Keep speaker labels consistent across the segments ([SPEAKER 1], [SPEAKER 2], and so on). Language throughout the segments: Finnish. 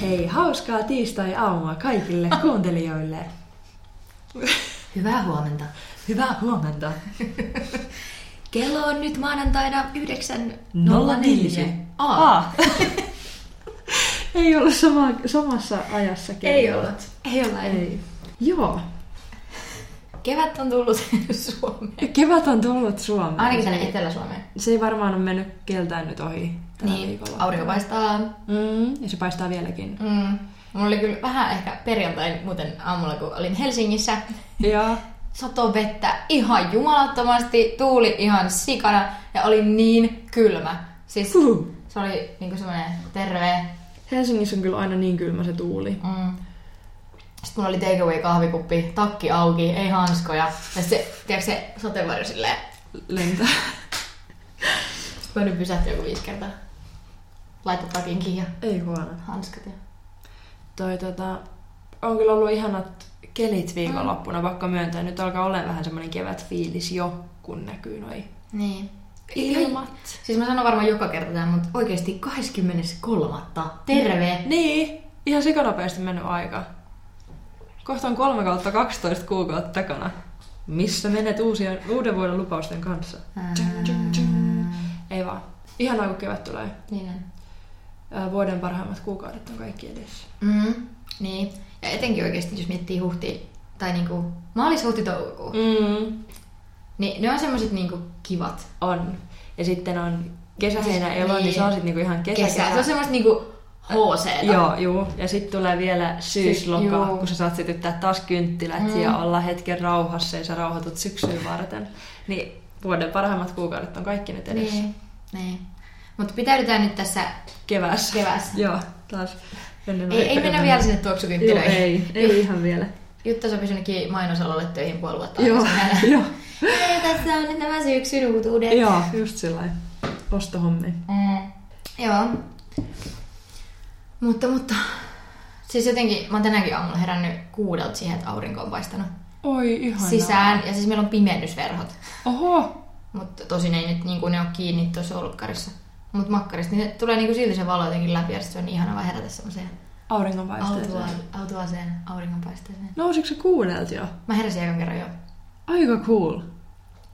[SPEAKER 1] Hei, hauskaa tiistai-aamua kaikille kuuntelijoille.
[SPEAKER 2] Hyvää huomenta.
[SPEAKER 1] Hyvää huomenta.
[SPEAKER 2] Kello on nyt maanantaina 9.04.
[SPEAKER 1] 04.
[SPEAKER 2] Aa,
[SPEAKER 1] Ei olla sama, samassa ajassa
[SPEAKER 2] ei
[SPEAKER 1] kello.
[SPEAKER 2] olla. Ei olla. Ei.
[SPEAKER 1] Joo.
[SPEAKER 2] Kevät on tullut Suomeen. Niin.
[SPEAKER 1] Kevät on tullut Suomeen.
[SPEAKER 2] Ainakin tänne Etelä-Suomeen.
[SPEAKER 1] Se ei varmaan ole mennyt keltään nyt ohi tällä
[SPEAKER 2] Niin,
[SPEAKER 1] viikolla.
[SPEAKER 2] aurinko paistaa.
[SPEAKER 1] Mm, ja se paistaa vieläkin.
[SPEAKER 2] Mm. Mulla oli kyllä vähän ehkä perjantai muuten aamulla, kun olin Helsingissä.
[SPEAKER 1] Ja
[SPEAKER 2] Sato vettä ihan jumalattomasti, tuuli ihan sikana ja oli niin kylmä. Siis
[SPEAKER 1] Uhu.
[SPEAKER 2] se oli niinku semmoinen terve.
[SPEAKER 1] Helsingissä on kyllä aina niin kylmä se tuuli.
[SPEAKER 2] Mm. Sitten mulla oli takeaway kahvikuppi, takki auki, ei hanskoja. Ja se, tiedätkö se sateenvarjo silleen,
[SPEAKER 1] Lentää.
[SPEAKER 2] mä nyt pysähtyä joku viisi kertaa. Laita takin kiinni ja
[SPEAKER 1] Ei huono.
[SPEAKER 2] hanskat ja...
[SPEAKER 1] Toi tota, on kyllä ollut ihanat kelit
[SPEAKER 2] Mm.
[SPEAKER 1] viikonloppuna, vaikka myöntää. Nyt alkaa olla vähän semmoinen kevätfiilis jo, kun näkyy noi
[SPEAKER 2] Niin.
[SPEAKER 1] ilmat.
[SPEAKER 2] Siis mä sanon varmaan joka kerta tämän, mutta oikeesti 23. Terve!
[SPEAKER 1] Niin, ihan sikanopeasti mennyt aika. Kohta on 3 kautta 12 kuukautta takana. Missä menet uusia, uuden vuoden lupausten kanssa? Tjung, tjung, tjung. Ei vaan. Ihanaa, kun kevät tulee.
[SPEAKER 2] Niin on.
[SPEAKER 1] Ää, Vuoden parhaimmat kuukaudet on kaikki edessä.
[SPEAKER 2] Mm, niin. Ja etenkin oikeasti, jos miettii huhti, tai niinku maalis huhti toukokuun, mm.
[SPEAKER 1] Mm,
[SPEAKER 2] niin ne on semmoset niinku kivat.
[SPEAKER 1] on. Ja sitten on kesä, heinä, elo, niin,
[SPEAKER 2] Niin.
[SPEAKER 1] se on sitten niinku ihan kesä, kesä.
[SPEAKER 2] Se on semmoista niinku hc
[SPEAKER 1] Joo, juu. Ja sitten tulee vielä syysloka,
[SPEAKER 2] äh. juu.
[SPEAKER 1] kun sä saat sytyttää taas kynttilät mm. ja olla hetken rauhassa ja sä rauhoitut syksyyn varten. Niin vuoden parhaimmat kuukaudet on kaikki nyt edessä. Niin.
[SPEAKER 2] Niin. niin. Mutta pitäydytään nyt tässä,
[SPEAKER 1] Kevässä.
[SPEAKER 2] Kevässä.
[SPEAKER 1] Joo, taas. Ennen
[SPEAKER 2] ei, ei
[SPEAKER 1] aikaa
[SPEAKER 2] mennä
[SPEAKER 1] mennään.
[SPEAKER 2] vielä sinne
[SPEAKER 1] Joo,
[SPEAKER 2] tuoksukynttilöihin.
[SPEAKER 1] ei, ei ihan vielä.
[SPEAKER 2] Jutta sopi jonnekin mainosalalle töihin puoli vuotta.
[SPEAKER 1] Joo,
[SPEAKER 2] aikaisemmin.
[SPEAKER 1] joo,
[SPEAKER 2] Hei, tässä on nyt nämä syksyn uutuudet.
[SPEAKER 1] joo, just sillä Ostohommi.
[SPEAKER 2] Mm. Joo. Mutta, mutta... Siis jotenkin, mä oon tänäänkin aamulla herännyt kuudelta siihen, että aurinko on paistanut
[SPEAKER 1] Oi, ihanaa.
[SPEAKER 2] sisään. Ja siis meillä on pimennysverhot.
[SPEAKER 1] Oho,
[SPEAKER 2] Mutta tosin ei nyt niin kuin ne ole kiinni tuossa olkkarissa. Mutta makkarista, niin se tulee niin kuin silti se valo jotenkin läpi ja sit se on niin ihana vaan herätä semmoiseen
[SPEAKER 1] auringonpaisteeseen.
[SPEAKER 2] autuaan- autuaaseen auringonpaisteeseen.
[SPEAKER 1] Nousitko se kuudelta jo?
[SPEAKER 2] Mä heräsin ekan kerran jo.
[SPEAKER 1] Aika cool.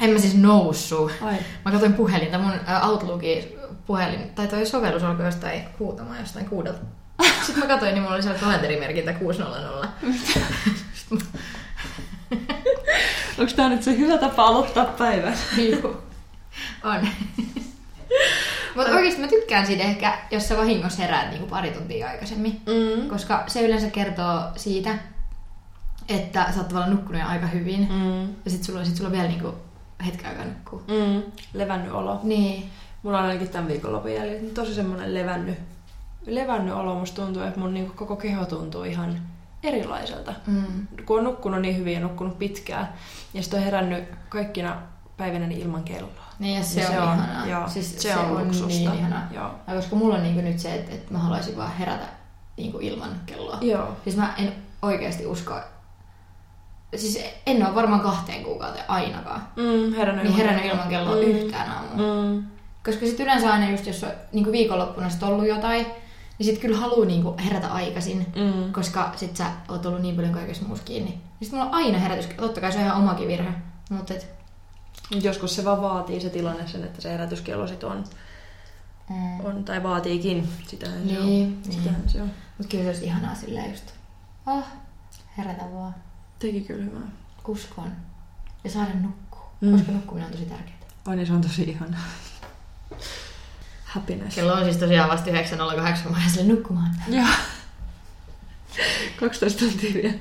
[SPEAKER 2] En mä siis noussut.
[SPEAKER 1] Ai.
[SPEAKER 2] Mä katsoin puhelinta, mun ä, Outlookin puhelin, tai toi sovellus alkoi jostain huutamaan jostain kuudelta. Sitten mä katsoin, niin mulla oli siellä kalenterimerkintä 600.
[SPEAKER 1] Onko tää nyt se hyvä tapa aloittaa päivän?
[SPEAKER 2] Juu. Niin On. Mutta oikeesti mä tykkään siitä ehkä, jos sä vahingossa heräät niinku pari tuntia aikaisemmin.
[SPEAKER 1] Mm.
[SPEAKER 2] Koska se yleensä kertoo siitä, että sä oot tavallaan nukkunut jo aika hyvin.
[SPEAKER 1] Mm.
[SPEAKER 2] Ja sit sulla, sit sulla on vielä niinku hetken aikaa nukkuu.
[SPEAKER 1] Mm, levännyt olo.
[SPEAKER 2] Niin.
[SPEAKER 1] Mulla on ainakin tämän viikonlopun jäljiltä tosi semmoinen levännyt, levännyt olo. Musta tuntuu, että mun niinku koko keho tuntuu ihan erilaiselta.
[SPEAKER 2] Mm.
[SPEAKER 1] Kun on nukkunut niin hyvin ja nukkunut pitkään, ja sitten on herännyt kaikkina päivinä niin ilman kelloa.
[SPEAKER 2] Niin, ja se,
[SPEAKER 1] Niin
[SPEAKER 2] on, ihanaa.
[SPEAKER 1] Joo, siis se, on, luksusta.
[SPEAKER 2] niin ihanaa.
[SPEAKER 1] Joo.
[SPEAKER 2] Ja koska mulla on niinku nyt se, että, että mä haluaisin vaan herätä niinku ilman kelloa.
[SPEAKER 1] Joo.
[SPEAKER 2] Siis mä en oikeasti usko... Siis en ole varmaan kahteen kuukauteen ainakaan.
[SPEAKER 1] Mm, herännyt
[SPEAKER 2] Niin
[SPEAKER 1] ilman
[SPEAKER 2] herännyt ilman kelloa
[SPEAKER 1] Mm.
[SPEAKER 2] mm. yhtään aamua. Mm.
[SPEAKER 1] Mm.
[SPEAKER 2] Koska sit yleensä aina just, jos on niinku viikonloppuna sit ollut jotain, niin sit kyllä haluu niinku herätä aikaisin.
[SPEAKER 1] Mm.
[SPEAKER 2] Koska sit sä oot ollut niin paljon kaikessa muussa kiinni. Niin sit mulla on aina herätys. Totta kai se on ihan omakin virhe. Mut et...
[SPEAKER 1] Mut Joskus se vaan vaatii se tilanne sen, että se herätyskello sit on,
[SPEAKER 2] Mm.
[SPEAKER 1] on tai vaatiikin. Sitähän se on.
[SPEAKER 2] Niin, niin.
[SPEAKER 1] Sitähän se on.
[SPEAKER 2] Mut kyllä se olisi ihanaa silleen just, ah, herätä vaan,
[SPEAKER 1] Teki kyllä hyvää.
[SPEAKER 2] uskon ja saada nukkua,
[SPEAKER 1] Mm.
[SPEAKER 2] mm. koska nukkuminen on tosi tärkeää.
[SPEAKER 1] Ai niin, se on tosi ihana. Happiness.
[SPEAKER 2] Kello on siis tosiaan vasta 9.08, mä sille nukkumaan.
[SPEAKER 1] Joo. 12 tuntia vielä.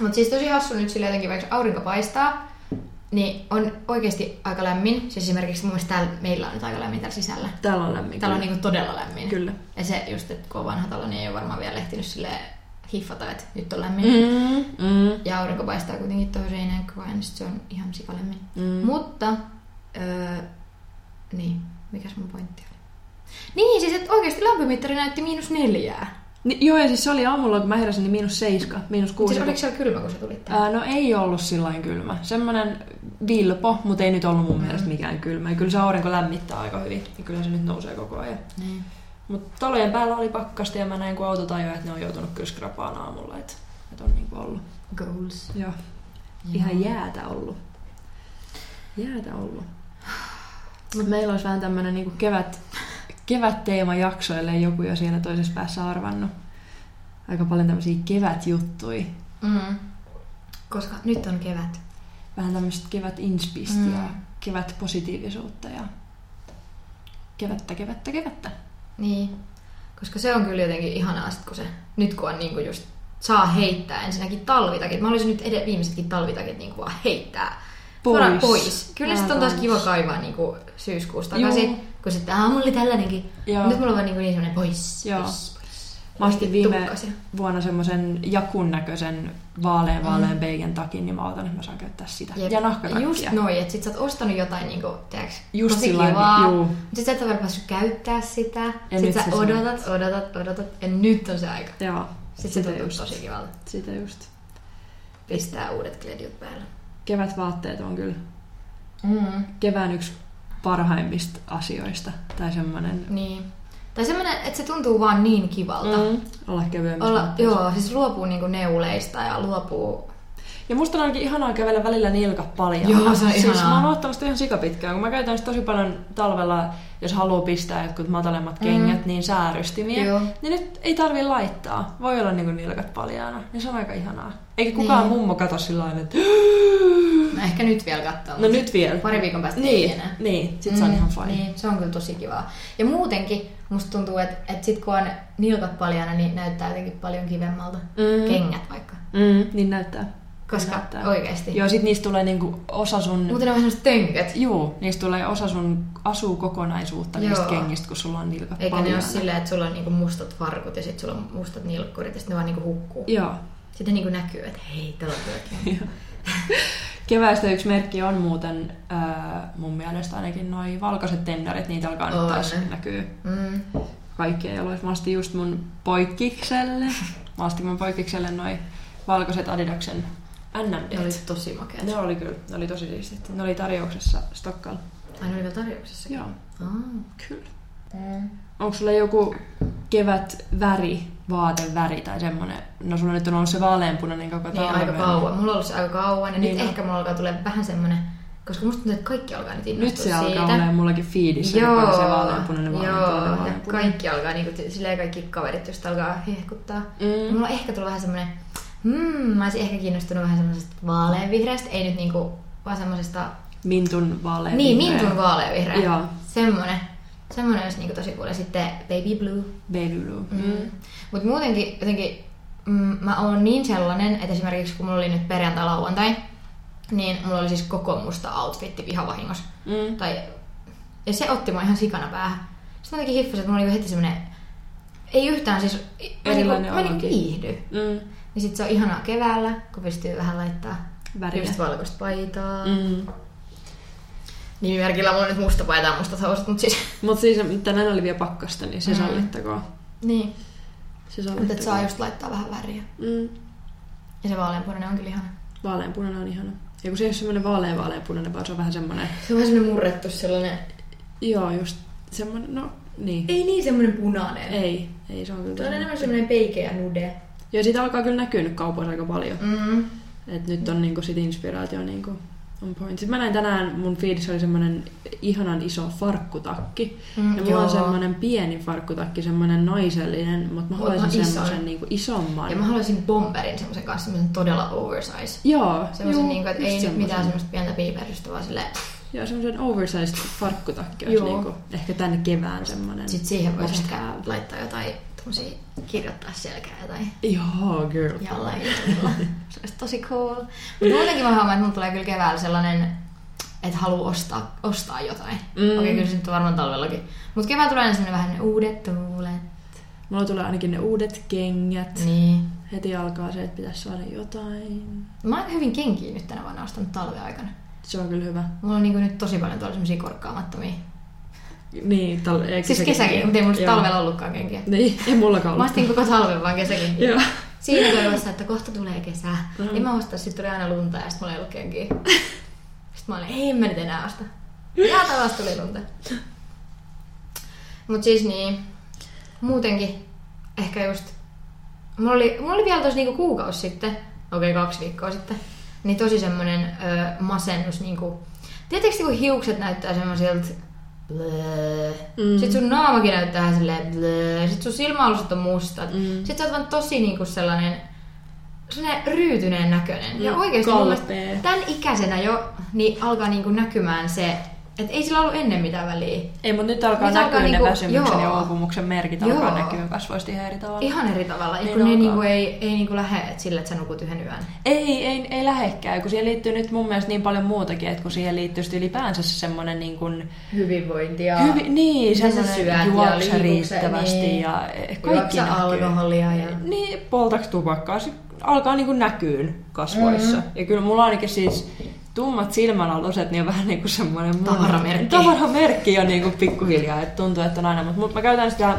[SPEAKER 2] Mut siis tosi hassu nyt sille jotenkin, vaikka aurinko paistaa, niin on oikeasti aika lämmin. Siis esimerkiksi mun mielestä täällä, meillä on nyt aika lämmin täällä sisällä.
[SPEAKER 1] Täällä on lämmin.
[SPEAKER 2] Täällä on
[SPEAKER 1] kyllä.
[SPEAKER 2] niinku todella lämmin.
[SPEAKER 1] Kyllä.
[SPEAKER 2] Ja se just, että kun on vanha talo, niin ei ole varmaan vielä lehtinyt sille hiffata, että nyt on lämmin.
[SPEAKER 1] Mm, mm,
[SPEAKER 2] Ja aurinko paistaa kuitenkin toiseen koko ajan, niin sit se on ihan sikalemmin.
[SPEAKER 1] Mm.
[SPEAKER 2] Mm. Mutta, öö, niin, mikäs mun pointti oli? Niin, siis että oikeasti lämpömittari näytti miinus neljää.
[SPEAKER 1] Ni, joo, ja siis se oli aamulla, kun mä heräsin, niin miinus seiska, miinus kuusi.
[SPEAKER 2] Siis oliko siellä kylmä, kun sä tulit tänne?
[SPEAKER 1] Ää, no ei ollut sillain kylmä. Semmoinen vilpo, mutta
[SPEAKER 2] Mm.
[SPEAKER 1] niin ei nyt ollut mun mielestä mikään kylmä. Ja kyllä se aurinko lämmittää aika hyvin. Ja kyllä se nyt nousee koko ajan.
[SPEAKER 2] Niin.
[SPEAKER 1] Mutta talojen päällä oli pakkasta ja mä näin kun auto tajua, että ne on joutunut kyllä skrapaan aamulla. Että et on niinku ollut.
[SPEAKER 2] Goals.
[SPEAKER 1] Joo. Mm-hmm. Ihan jäätä ollut. Jäätä ollut. Mutta meillä olisi vähän tämmöinen niinku kevät, kevätteemajakso, ellei joku jo siinä toisessa päässä arvannut. Aika paljon tämmöisiä kevätjuttui.
[SPEAKER 2] Mm. Koska nyt on kevät.
[SPEAKER 1] Vähän tämmöistä kevätinspistiä,
[SPEAKER 2] Mm.
[SPEAKER 1] mm. kevätpositiivisuutta ja kevättä, kevättä, kevättä.
[SPEAKER 2] Niin. Koska se on kyllä jotenkin ihanaa sit, kun se, nyt kun on niinku just saa heittää ensinnäkin talvitakit. Mä haluaisin nyt edes viimeisetkin talvitakit niinku vaan heittää.
[SPEAKER 1] Pois.
[SPEAKER 2] Suoraan pois. Kyllä
[SPEAKER 1] Älä
[SPEAKER 2] sitten on taas
[SPEAKER 1] pois.
[SPEAKER 2] kiva kaivaa niinku syyskuusta
[SPEAKER 1] Juu.
[SPEAKER 2] takaisin, kun sitten aah, mulla oli tällainenkin.
[SPEAKER 1] Joo.
[SPEAKER 2] Nyt mulla on vaan niinku niin semmoinen pois,
[SPEAKER 1] Joo.
[SPEAKER 2] pois, pois. Niin,
[SPEAKER 1] Mä ostin viime
[SPEAKER 2] Tukkasia.
[SPEAKER 1] vuonna semmoisen jakun näköisen vaalean vaalean mm. peiken takin, niin mä odotan, että mä saan käyttää sitä.
[SPEAKER 2] Jep.
[SPEAKER 1] Jep. Ja nahkatakkia.
[SPEAKER 2] Just noin, että sit sä oot ostanut jotain, niinku, tiiäks,
[SPEAKER 1] Just
[SPEAKER 2] tosi
[SPEAKER 1] sillä lailla,
[SPEAKER 2] kivaa,
[SPEAKER 1] juu.
[SPEAKER 2] mut sit sä et ole vielä päässyt käyttää sitä. Ja
[SPEAKER 1] nyt
[SPEAKER 2] sit sä
[SPEAKER 1] se saa.
[SPEAKER 2] odotat, odotat, odotat, ja nyt on se aika.
[SPEAKER 1] Joo.
[SPEAKER 2] Sit se tuntuu tosi kivalta.
[SPEAKER 1] Sitä just.
[SPEAKER 2] Pistää uudet kledjut päälle.
[SPEAKER 1] Kevätvaatteet on kyllä
[SPEAKER 2] Mm.
[SPEAKER 1] kevään yksi parhaimmista asioista. Tai semmoinen
[SPEAKER 2] Niin. Tai semmonen, että se tuntuu vaan niin kivalta. Mm.
[SPEAKER 1] mm. olla kevyemmissä
[SPEAKER 2] Olla,
[SPEAKER 1] vaatteissa.
[SPEAKER 2] joo, siis luopuu niinku neuleista ja luopuu...
[SPEAKER 1] Ja musta on ainakin ihanaa kävellä välillä nilka paljon.
[SPEAKER 2] Joo, se on
[SPEAKER 1] siis
[SPEAKER 2] ihanaa.
[SPEAKER 1] mä oon ottanut sitä ihan sikapitkään, kun mä käytän sitä tosi paljon talvella, jos haluaa pistää jotkut matalemmat kengät, niin säärystimiä.
[SPEAKER 2] Mm. Joo.
[SPEAKER 1] Niin nyt ei tarvi laittaa. Voi olla niinku nilkat paljaana. Ja se on aika ihanaa. Eikä kukaan
[SPEAKER 2] Niin.
[SPEAKER 1] mummo katso sillä lailla, että
[SPEAKER 2] Mä ehkä nyt vielä katsoa.
[SPEAKER 1] no
[SPEAKER 2] mut
[SPEAKER 1] nyt vielä.
[SPEAKER 2] Pari viikon päästä
[SPEAKER 1] niin,
[SPEAKER 2] ei enää.
[SPEAKER 1] Niin, sit se on
[SPEAKER 2] Mm,
[SPEAKER 1] ihan fine.
[SPEAKER 2] Niin, se on kyllä tosi kivaa. Ja muutenkin musta tuntuu, että, että sit kun on nilkat paljana, niin näyttää jotenkin paljon kivemmalta.
[SPEAKER 1] Mm.
[SPEAKER 2] Kengät vaikka.
[SPEAKER 1] Mm, niin näyttää.
[SPEAKER 2] Koska
[SPEAKER 1] Näyttää.
[SPEAKER 2] oikeesti.
[SPEAKER 1] Joo, sit niistä tulee niinku osa sun...
[SPEAKER 2] Muuten ne on vähän semmoset tönköt.
[SPEAKER 1] Juu, niistä tulee osa sun asuukokonaisuutta niistä
[SPEAKER 2] Joo.
[SPEAKER 1] kengistä, kun sulla on nilkat
[SPEAKER 2] Eikä ne
[SPEAKER 1] paljaana.
[SPEAKER 2] ole silleen, että sulla on niinku mustat farkut ja sit sulla on mustat nilkkurit ja sit ne vaan niinku hukkuu.
[SPEAKER 1] Joo.
[SPEAKER 2] Sitten niinku näkyy, että hei, tuolla on kyllä kengät.
[SPEAKER 1] Keväästä yksi merkki on muuten, ää, mun mielestä ainakin noi valkoiset tennarit, niitä alkaa nyt
[SPEAKER 2] On.
[SPEAKER 1] taas näkyy
[SPEAKER 2] mm.
[SPEAKER 1] kaikkien jaloissa. Mä ostin just mun poikkikselle, mä ostin mun poikkikselle noi valkoiset Adidaksen NMD.
[SPEAKER 2] Ne oli tosi makeat.
[SPEAKER 1] Ne oli kyllä, ne oli tosi siistit. Ne oli tarjouksessa Stokkalla.
[SPEAKER 2] Ai ne oli vielä tarjouksessa.
[SPEAKER 1] Joo,
[SPEAKER 2] Ah.
[SPEAKER 1] kyllä.
[SPEAKER 2] Mm.
[SPEAKER 1] Onko sulla joku kevätväri, vaateväri tai semmonen? No sulla nyt on ollut se vaaleanpunainen koko
[SPEAKER 2] Niin,
[SPEAKER 1] talven.
[SPEAKER 2] aika kauan. Mulla on ollut se aika kauan ja
[SPEAKER 1] Niin
[SPEAKER 2] nyt
[SPEAKER 1] on.
[SPEAKER 2] ehkä mulla alkaa tulee vähän semmonen, koska musta tuntuu, että kaikki alkaa nyt innostua
[SPEAKER 1] Nyt se
[SPEAKER 2] siitä.
[SPEAKER 1] alkaa olemaan mullakin fiidissä, Joo.
[SPEAKER 2] Joo,
[SPEAKER 1] se vaaleanpunainen, vaaleanpunainen,
[SPEAKER 2] joo. Ja
[SPEAKER 1] vaaleanpunainen.
[SPEAKER 2] kaikki alkaa, niinku, silleen kaikki kaverit just alkaa hehkuttaa.
[SPEAKER 1] Mm.
[SPEAKER 2] Mm. Mulla on ehkä tullut vähän semmonen, mm, mä olisin ehkä kiinnostunut vähän semmoisesta vaaleanvihreästä, ei nyt niinku, vaan semmoisesta,
[SPEAKER 1] Mintun vaalea.
[SPEAKER 2] niin
[SPEAKER 1] vihreä.
[SPEAKER 2] mintun vaaleanvihreä.
[SPEAKER 1] Joo.
[SPEAKER 2] Semmonen. Semmonen olisi niinku tosi cool. Ja sitten baby blue.
[SPEAKER 1] Baby blue.
[SPEAKER 2] Mm. Mutta muutenkin jotenkin mm, mä oon niin sellainen, että esimerkiksi kun mulla oli nyt perjantai-lauantai, niin mulla oli siis koko musta outfitti pihavahingossa.
[SPEAKER 1] Mm.
[SPEAKER 2] Tai, ja se otti mua ihan sikana päähän. Sitten mä jotenkin hiffasin, että mulla oli niinku heti semmonen, ei yhtään siis, mä niinku,
[SPEAKER 1] Erilainen
[SPEAKER 2] mä niinku
[SPEAKER 1] olokin.
[SPEAKER 2] viihdy.
[SPEAKER 1] Mm.
[SPEAKER 2] Niin sit se on ihanaa keväällä, kun pystyy vähän laittaa
[SPEAKER 1] Väriä.
[SPEAKER 2] just valkoista paitaa. Mm.
[SPEAKER 1] Mm.
[SPEAKER 2] Nimimerkillä mulla on nyt musta paita ja mustat housut, mut siis...
[SPEAKER 1] Mutta siis tänään oli vielä pakkasta, niin se
[SPEAKER 2] Mm.
[SPEAKER 1] sallittakoon.
[SPEAKER 2] niin,
[SPEAKER 1] Se
[SPEAKER 2] mutta
[SPEAKER 1] sallittakoon.
[SPEAKER 2] et saa just laittaa vähän väriä.
[SPEAKER 1] Mm.
[SPEAKER 2] Ja se vaaleanpunainen on kyllä ihana.
[SPEAKER 1] Vaaleanpunainen on ihana. Ja kun se ei ole semmoinen vaalea vaaleanpunainen, vaan se on vähän semmoinen...
[SPEAKER 2] Se on vähän semmonen murrettu sellainen
[SPEAKER 1] Joo, just semmoinen... No, niin.
[SPEAKER 2] Ei niin semmoinen punainen.
[SPEAKER 1] Ei. Ei, se on kyllä...
[SPEAKER 2] Se on enemmän
[SPEAKER 1] tämmönen.
[SPEAKER 2] semmoinen peikeä nude.
[SPEAKER 1] Ja siitä alkaa kyllä näkyä nyt kaupoissa aika paljon.
[SPEAKER 2] Mm.
[SPEAKER 1] Et nyt on niinku sit inspiraatio niinku on point. Sitten mä näin tänään, mun feedissä oli semmonen ihanan iso farkkutakki.
[SPEAKER 2] Mm,
[SPEAKER 1] ja mulla on
[SPEAKER 2] joo.
[SPEAKER 1] semmonen pieni farkkutakki, semmonen naisellinen, mutta mä
[SPEAKER 2] Mut
[SPEAKER 1] haluaisin
[SPEAKER 2] ihan
[SPEAKER 1] semmosen
[SPEAKER 2] ison.
[SPEAKER 1] niinku isomman.
[SPEAKER 2] Ja mä haluaisin bomberin semmoisen kanssa, semmoisen todella oversize.
[SPEAKER 1] Joo,
[SPEAKER 2] Semmoisen,
[SPEAKER 1] juu,
[SPEAKER 2] niin kuin, että
[SPEAKER 1] just
[SPEAKER 2] ei nyt
[SPEAKER 1] semmosen.
[SPEAKER 2] mitään semmoista pientä piiperrystä, vaan silleen...
[SPEAKER 1] Joo, semmosen oversized farkkutakki olisi
[SPEAKER 2] Joo.
[SPEAKER 1] niinku, ehkä tänne kevään semmonen.
[SPEAKER 2] Sitten siihen voisi
[SPEAKER 1] must
[SPEAKER 2] ehkä
[SPEAKER 1] have.
[SPEAKER 2] laittaa jotain tommosia, kirjoittaa selkää jotain
[SPEAKER 1] Joo, girl.
[SPEAKER 2] jollain jutulla. Se olisi tosi cool. Mutta muutenkin mä huomaan, että mun tulee kyllä keväällä sellainen, että haluaa ostaa, ostaa jotain.
[SPEAKER 1] Mm.
[SPEAKER 2] Mm. Okei, kyllä se nyt on varmaan talvellakin. Mutta keväällä tulee aina sellainen vähän ne uudet tuulet.
[SPEAKER 1] Mulla tulee ainakin ne uudet kengät.
[SPEAKER 2] Niin.
[SPEAKER 1] Heti alkaa se, että pitäisi saada jotain.
[SPEAKER 2] Mä oon aika hyvin kenkiä nyt tänä vuonna ostanut talven aikana.
[SPEAKER 1] Se on kyllä hyvä.
[SPEAKER 2] Mulla on niinku nyt tosi paljon tuolla semmosia korkkaamattomia.
[SPEAKER 1] Niin, tal- eikö
[SPEAKER 2] Siis
[SPEAKER 1] sekin-
[SPEAKER 2] kesäkin, mutta ei mulla
[SPEAKER 1] Joo.
[SPEAKER 2] talvella ollutkaan kenkiä.
[SPEAKER 1] Niin, ei mullakaan
[SPEAKER 2] Mä
[SPEAKER 1] ollut.
[SPEAKER 2] ostin koko talven vaan kesäkin.
[SPEAKER 1] Joo.
[SPEAKER 2] Siinä toivossa, että kohta tulee kesä.
[SPEAKER 1] Mm.
[SPEAKER 2] Mm. En mä osta, sit tuli aina lunta ja sit mulla ei ollut kenkiä. Sitten mä olin, ei en mä nyt enää osta. Ja taas tuli lunta. Mut siis niin, muutenkin ehkä just... Mulla oli, mulla oli vielä tosi niinku kuukausi sitten, okei okay, kaksi viikkoa sitten, niin tosi semmonen öö, masennus. Niinku, Tiedättekö, kun hiukset näyttää semmoisilta blöö. Mm. Sitten sun naamakin näyttää ihan silleen blöö. Sitten sun silmäalustat on mustat. Mm. Sitten sä oot vaan tosi niinku sellainen sellainen ryytyneen näköinen.
[SPEAKER 1] Mm,
[SPEAKER 2] ja oikeasti mun mielestä
[SPEAKER 1] kalpee.
[SPEAKER 2] tämän ikäisenä jo niin alkaa niinku näkymään se, että ei sillä ollut ennen mitään väliä.
[SPEAKER 1] Ei, mutta nyt alkaa
[SPEAKER 2] Nyt
[SPEAKER 1] näkyä
[SPEAKER 2] alkaa
[SPEAKER 1] ne
[SPEAKER 2] niinku-
[SPEAKER 1] väsymyksen ja
[SPEAKER 2] joo.
[SPEAKER 1] uupumuksen merkit,
[SPEAKER 2] Joo.
[SPEAKER 1] alkaa näkyä kasvoista ihan eri tavalla.
[SPEAKER 2] Ihan eri tavalla,
[SPEAKER 1] Niin
[SPEAKER 2] kun ne
[SPEAKER 1] alkaa.
[SPEAKER 2] niinku ei, ei niinku lähde et sillä, että sä nukut yhden yön.
[SPEAKER 1] Ei, ei, ei lähekkää, kun siihen liittyy nyt mun mielestä niin paljon muutakin, että kun siihen liittyy sit ylipäänsä se semmoinen niin kuin,
[SPEAKER 2] Hyvinvointia.
[SPEAKER 1] hyvi, niin,
[SPEAKER 2] Mitä sä syöt ja
[SPEAKER 1] semmoinen juokse
[SPEAKER 2] liikukset,
[SPEAKER 1] riittävästi
[SPEAKER 2] niin.
[SPEAKER 1] ja eh, kaikki
[SPEAKER 2] Juoksa
[SPEAKER 1] näkyy.
[SPEAKER 2] alkoholia ja...
[SPEAKER 1] Niin, poltaks tupakkaa, se alkaa niin kuin näkyyn kasvoissa. Mm-hmm. Ja kyllä mulla ainakin siis tummat silmänaluset, niin on vähän niin kuin semmoinen... mun-
[SPEAKER 2] Tavaramerkki.
[SPEAKER 1] Tavaramerkki jo niin kuin pikkuhiljaa, että tuntuu, että on aina. Mutta mut mä käytän sitä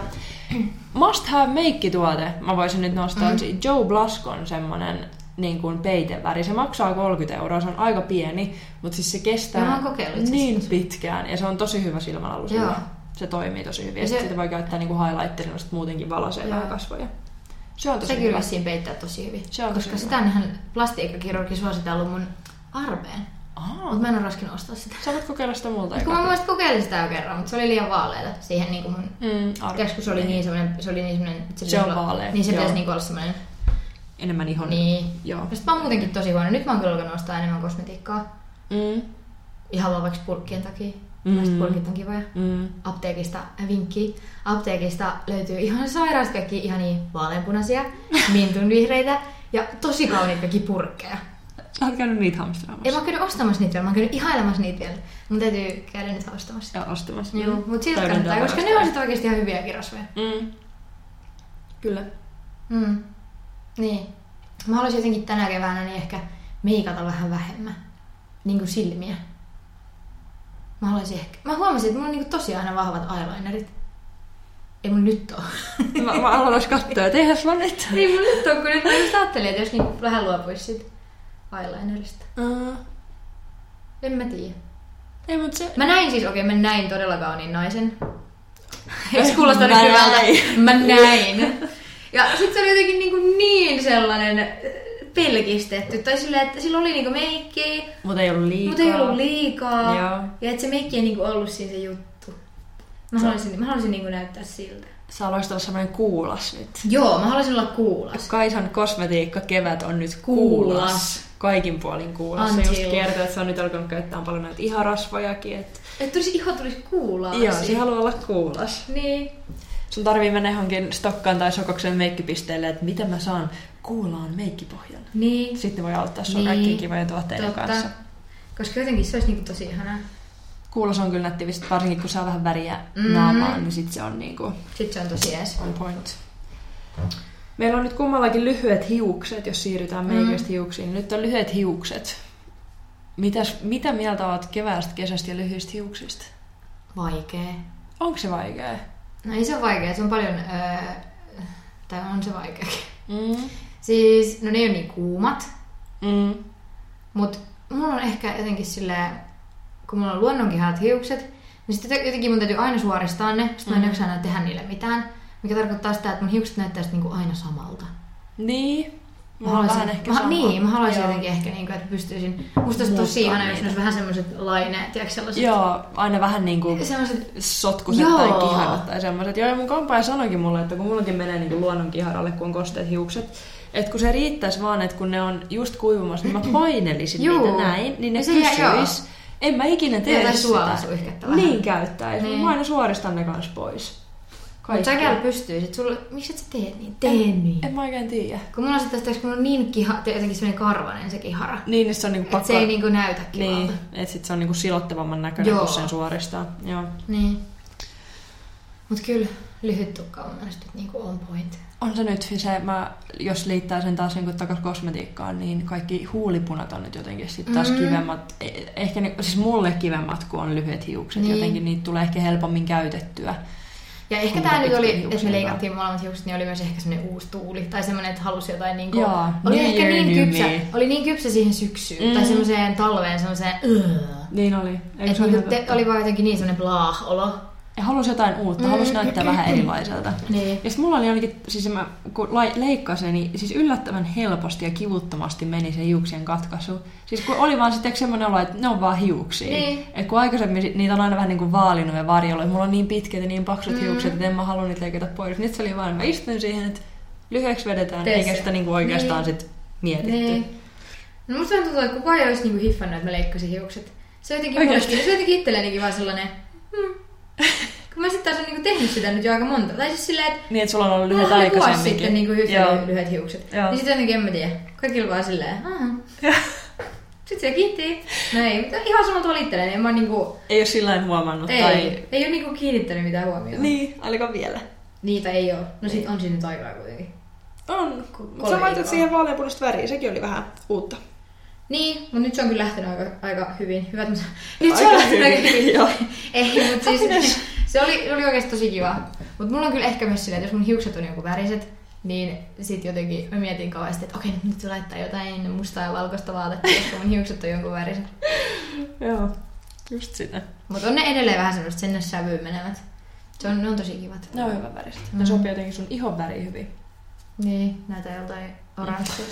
[SPEAKER 1] must have make-tuote. Mä voisin nyt nostaa mm-hmm. Joe Blaskon semmoinen niin kuin peiteväri. Se maksaa 30 euroa, se on aika pieni, mutta siis se
[SPEAKER 2] Mä
[SPEAKER 1] kestää
[SPEAKER 2] oon kokeillut itse
[SPEAKER 1] niin pitkään. Ja se on tosi hyvä silmänalusi.
[SPEAKER 2] Joo.
[SPEAKER 1] Se toimii tosi hyvin. Ja
[SPEAKER 2] Ja
[SPEAKER 1] se...
[SPEAKER 2] se-
[SPEAKER 1] sitä voi käyttää niinku highlighterina, sit muutenkin valasee
[SPEAKER 2] Joo.
[SPEAKER 1] vähän kasvoja. Se on tosi
[SPEAKER 2] Se
[SPEAKER 1] hyvä.
[SPEAKER 2] kyllä vissiin peittää tosi hyvin.
[SPEAKER 1] Se on
[SPEAKER 2] koska
[SPEAKER 1] tosi
[SPEAKER 2] sitä nehän plastiikkakirurgi suositellut mun armeen.
[SPEAKER 1] Aa,
[SPEAKER 2] Mutta mä en ole raskinut ostaa sitä.
[SPEAKER 1] sä voit kokeilla sitä multa
[SPEAKER 2] Kun mä
[SPEAKER 1] eka.
[SPEAKER 2] muista kokeilin sitä jo kerran, mutta se oli liian vaaleita siihen niinku mun...
[SPEAKER 1] Mm,
[SPEAKER 2] Tiedätkö, kun se oli niin semmonen... Se oli niin semmonen... että
[SPEAKER 1] Se
[SPEAKER 2] pitäisi
[SPEAKER 1] on
[SPEAKER 2] olla-
[SPEAKER 1] vaalea,
[SPEAKER 2] Niin se
[SPEAKER 1] joo.
[SPEAKER 2] pitäisi niinku olla semmonen...
[SPEAKER 1] Enemmän ihon.
[SPEAKER 2] Niin.
[SPEAKER 1] Joo.
[SPEAKER 2] Ja sit mä oon muutenkin tosi huono. Nyt mä oon kyllä alkanut ostaa enemmän kosmetiikkaa.
[SPEAKER 1] Mm,
[SPEAKER 2] Ihan vaan vaikka purkkien takia.
[SPEAKER 1] Mm.
[SPEAKER 2] Mm. Mä purkit on kivoja.
[SPEAKER 1] mm.
[SPEAKER 2] apteekista vinkki. Apteekista löytyy ihan sairaasti kaikki ihania vaaleanpunaisia, mintun vihreitä ja tosi kauniita kaikki purkkeja.
[SPEAKER 1] Sä oot käynyt niitä hamstraamassa.
[SPEAKER 2] Ei mä oon käynyt ostamassa niitä vielä, mä oon käynyt ihailemassa niitä vielä. Mun täytyy käydä nyt ostamassa.
[SPEAKER 1] Ja ostamassa.
[SPEAKER 2] Joo,
[SPEAKER 1] Mm.
[SPEAKER 2] mutta siltä
[SPEAKER 1] Täydentää
[SPEAKER 2] kannattaa, koska ne
[SPEAKER 1] varastoa.
[SPEAKER 2] on sitten oikeasti ihan hyviä kirosveja.
[SPEAKER 1] Mm. Kyllä.
[SPEAKER 2] Mm. Niin. Mä haluaisin jotenkin tänä keväänä niin ehkä meikata vähän vähemmän. Niin kuin silmiä. Mä haluaisin ehkä... Mä huomasin, että mulla on niin tosiaan aina vahvat eyelinerit. Ei mun nyt oo.
[SPEAKER 1] Mä, mä aloin olisi katsoa, että eihän sulla nyt.
[SPEAKER 2] Niin mun nyt on, kun nyt mä just ajattelin, että jos niinku vähän luopuisi sit eyelinerista.
[SPEAKER 1] Uh,
[SPEAKER 2] En mä tiedä.
[SPEAKER 1] ei, mut se...
[SPEAKER 2] Mä näin siis, okei okay, mä näin todella kauniin naisen. Eikö se
[SPEAKER 1] Mä
[SPEAKER 2] kuulosta nyt
[SPEAKER 1] näin.
[SPEAKER 2] hyvältä? Mä näin. Ja sit se oli jotenkin niinku niin sellainen äh, pelkistetty. Tai silleen, että sillä oli niinku meikkiä,
[SPEAKER 1] Mut ei ollut liikaa.
[SPEAKER 2] mutta ei ollut liikaa.
[SPEAKER 1] Joo.
[SPEAKER 2] Ja että se meikki ei niinku ollut siinä se juttu. Mä haluaisin, mä haluaisin niinku näyttää siltä.
[SPEAKER 1] Sä aloisit olla semmonen kuulas nyt.
[SPEAKER 2] Joo, mä haluaisin olla kuulas.
[SPEAKER 1] Kaisan kosmetiikka kevät on nyt kuulas.
[SPEAKER 2] Kuulas.
[SPEAKER 1] Kaikin puolin kuulas. Se
[SPEAKER 2] Until.
[SPEAKER 1] just kertoo, että se on nyt alkanut käyttää paljon näitä iharasvojakin. Et...
[SPEAKER 2] Että tulisi iho tulisi kuulaa.
[SPEAKER 1] Joo, se haluaa olla kuulas.
[SPEAKER 2] Niin.
[SPEAKER 1] Sun tarvii mennä johonkin Stokkaan tai Sokoksen meikkipisteelle, että miten mä saan kuulaan meikkipohjan.
[SPEAKER 2] Niin.
[SPEAKER 1] Sitten voi auttaa sun niin.
[SPEAKER 2] Niin.
[SPEAKER 1] kaikkien kivojen tuotteiden Totta. kanssa.
[SPEAKER 2] Koska jotenkin se olisi niinku tosi ihanaa.
[SPEAKER 1] Kuulos on kyllä nättivistä, varsinkin kun saa vähän väriä mm.
[SPEAKER 2] Mm.
[SPEAKER 1] naamaan, niin sit se on niinku
[SPEAKER 2] Sitten se on tosi ees.
[SPEAKER 1] on point. Meillä on nyt kummallakin lyhyet hiukset, jos siirrytään meikeistä mm. hiuksiin. Nyt on lyhyet hiukset. Mitäs, mitä mieltä oot keväästä, kesästä ja lyhyistä hiuksista?
[SPEAKER 2] Vaikee.
[SPEAKER 1] Onko se vaikea?
[SPEAKER 2] No ei se ole vaikea, se on paljon... Öö, tai on se vaikea.
[SPEAKER 1] Mm.
[SPEAKER 2] Siis, no ne ei ole niin kuumat,
[SPEAKER 1] Mm.
[SPEAKER 2] mutta mulla on ehkä jotenkin silleen, kun mulla on luonnonkihät hiukset, niin sitten jotenkin mun täytyy aina suoristaa ne, sitten
[SPEAKER 1] Mm.
[SPEAKER 2] mä en jaksa aina tehdä niille mitään, mikä tarkoittaa sitä, että mun hiukset näyttää sit niinku aina samalta.
[SPEAKER 1] Niin.
[SPEAKER 2] Mä
[SPEAKER 1] Mulla on
[SPEAKER 2] haluaisin,
[SPEAKER 1] vähän ehkä
[SPEAKER 2] mä,
[SPEAKER 1] sama.
[SPEAKER 2] niin, mä haluaisin
[SPEAKER 1] Joo.
[SPEAKER 2] jotenkin ehkä, niinku, että pystyisin... Musta olisi
[SPEAKER 1] Muuttaa
[SPEAKER 2] tosi ihana, jos
[SPEAKER 1] niitä.
[SPEAKER 2] ne olisi vähän semmoiset laineet, tiedätkö sellaiset...
[SPEAKER 1] Joo, aina vähän niin kuin
[SPEAKER 2] Sellaiset
[SPEAKER 1] sotkuset Joo.
[SPEAKER 2] Joo.
[SPEAKER 1] tai kiharat tai semmoiset. Joo, ja mun kampaaja sanoikin mulle, että kun mullakin menee niin luonnon kiharalle, kun on kosteet hiukset, että kun se riittäisi vaan, että kun ne on just kuivumassa, niin mä painelisin
[SPEAKER 2] Juu.
[SPEAKER 1] niitä näin, niin ne
[SPEAKER 2] Ja se jää-
[SPEAKER 1] pysyis. En mä ikinä tee
[SPEAKER 2] Jotain
[SPEAKER 1] sitä.
[SPEAKER 2] suolasuihketta vähän.
[SPEAKER 1] Niin käyttäis. Niin.
[SPEAKER 2] Niin.
[SPEAKER 1] Mä aina suoristan ne kanssa pois.
[SPEAKER 2] Mutta
[SPEAKER 1] Kaikki.
[SPEAKER 2] sä kyllä pystyisit. Sulla, miksi et sä teet niin? Tee niin.
[SPEAKER 1] En mä oikein tiedä.
[SPEAKER 2] Kun mulla on sitten tässä, kun mulla on niin kiha, tai jotenkin semmoinen karvanen se kihara.
[SPEAKER 1] Niin, niin se on niinku
[SPEAKER 2] Pakko.
[SPEAKER 1] pakko...
[SPEAKER 2] Et se ei niinku näytä
[SPEAKER 1] niin,
[SPEAKER 2] kivalta.
[SPEAKER 1] että sit se on niinku silottavamman näköinen,
[SPEAKER 2] Joo.
[SPEAKER 1] kun sen suoristaa. Joo.
[SPEAKER 2] niin. Mut kyllä, lyhyt tukka on mun mielestä nyt niinku on point.
[SPEAKER 1] On se nyt siis se, mä, jos liittää sen taas niin takaisin kosmetiikkaan, niin kaikki huulipunat on nyt jotenkin sitten taas mm.
[SPEAKER 2] Mm.
[SPEAKER 1] kivemmat. Eh- Ehkä ni, siis mulle kivemmat, kun on lyhyet hiukset. Niin.
[SPEAKER 2] Niin.
[SPEAKER 1] Jotenkin niitä tulee ehkä helpommin käytettyä.
[SPEAKER 2] Ja
[SPEAKER 1] Kun
[SPEAKER 2] ehkä tää
[SPEAKER 1] mä
[SPEAKER 2] nyt oli,
[SPEAKER 1] pitkin
[SPEAKER 2] että
[SPEAKER 1] hiuksia
[SPEAKER 2] me leikattiin molemmat hiukset, niin oli myös ehkä semmoinen uusi tuuli. Tai semmoinen, että halusi jotain niinku...
[SPEAKER 1] Jaa,
[SPEAKER 2] oli
[SPEAKER 1] New
[SPEAKER 2] ehkä
[SPEAKER 1] Year,
[SPEAKER 2] niin
[SPEAKER 1] New
[SPEAKER 2] kypsä,
[SPEAKER 1] Me.
[SPEAKER 2] oli niin kypsä siihen syksyyn.
[SPEAKER 1] Mm.
[SPEAKER 2] Tai semmoiseen talveen, semmoiseen...
[SPEAKER 1] Niin oli. Eikö
[SPEAKER 2] Että
[SPEAKER 1] se ole
[SPEAKER 2] niinku
[SPEAKER 1] ihan
[SPEAKER 2] te-
[SPEAKER 1] totta?
[SPEAKER 2] oli vaan jotenkin niin semmoinen blaah-olo.
[SPEAKER 1] ja halusi jotain uutta, mm. halusi näyttää vähän erilaiselta.
[SPEAKER 2] Niin.
[SPEAKER 1] Ja sitten mulla oli ainakin, siis mä, kun lai, leikkasin, niin siis yllättävän helposti ja kivuttomasti meni se hiuksien katkaisu. Siis kun oli vaan sitten semmoinen olo, että ne on vaan hiuksia.
[SPEAKER 2] Niin.
[SPEAKER 1] Et kun aikaisemmin sit- niitä on aina vähän niin kuin vaalinut ja varjolla, että mulla on niin pitkät ja niin paksut mm. hiukset, että en mä halua niitä leikata pois. Nyt se oli vaan, mä istuin siihen, että lyhyeksi vedetään,
[SPEAKER 2] Tee
[SPEAKER 1] eikä
[SPEAKER 2] se.
[SPEAKER 1] sitä niin kuin oikeastaan
[SPEAKER 2] Niin.
[SPEAKER 1] niin. sit mietitty.
[SPEAKER 2] Niin. No musta vähän tuntuu, että kukaan ei olisi niinku hiffannut, että mä leikkasin hiukset. Se on jotenkin,
[SPEAKER 1] Oikeesti?
[SPEAKER 2] mulle- se on jotenkin itsellenikin vaan sellainen, hmm. kun mä sitten taas on niinku tehnyt sitä nyt jo aika monta. Tai siis silleen, että
[SPEAKER 1] Niin, että sulla on ollut
[SPEAKER 2] mulla
[SPEAKER 1] lyhyet
[SPEAKER 2] oli vuosi
[SPEAKER 1] aikaisemminkin.
[SPEAKER 2] sitten niinku
[SPEAKER 1] Joo.
[SPEAKER 2] hyvin lyhyet hiukset.
[SPEAKER 1] Joo.
[SPEAKER 2] Niin sitten jotenkin en mä tiedä. Kaikilla vaan silleen, aha. Sitten se kiitti. No ei, mutta ihan sama tuolla itselleni. En mä oon niinku,
[SPEAKER 1] Ei ole sillä huomannut.
[SPEAKER 2] ei,
[SPEAKER 1] Tai...
[SPEAKER 2] nagu- ei, ei ole nagu niinku kiinnittänyt mitään huomiota.
[SPEAKER 1] Niin, ainakaan vielä.
[SPEAKER 2] Niitä ei ole. No sit on siinä nyt aikaa kuitenkin.
[SPEAKER 1] On.
[SPEAKER 2] kolme
[SPEAKER 1] Sä laitat
[SPEAKER 2] viikkoa.
[SPEAKER 1] siihen vaaleanpunaista väriä, sekin oli vähän uutta.
[SPEAKER 2] Niin, mutta nyt se on kyllä lähtenyt aika, aika hyvin. Hyvät, mut- nyt se
[SPEAKER 1] Aika
[SPEAKER 2] on lähtenyt aika
[SPEAKER 1] hyvin,
[SPEAKER 2] hyvin.
[SPEAKER 1] joo.
[SPEAKER 2] Ei, mutta siis
[SPEAKER 1] Mitäs?
[SPEAKER 2] se oli, se oli oikeasti tosi kiva. Mutta mulla on kyllä ehkä myös silleen, että jos mun hiukset on joku väriset, niin sit jotenkin mä mietin kauheasti, että okei, nyt täytyy laittaa jotain mustaa ja valkoista vaatetta, koska mun hiukset on jonkun väriset.
[SPEAKER 1] Joo, just sitä.
[SPEAKER 2] Mutta on ne edelleen vähän semmoista sinne sävyyn menevät. Se on, ne on tosi kivat.
[SPEAKER 1] Ne on hyvän väriset. Ne
[SPEAKER 2] Mm.
[SPEAKER 1] sopii jotenkin sun ihon väriin hyvin.
[SPEAKER 2] Niin, näitä joltain oranssia.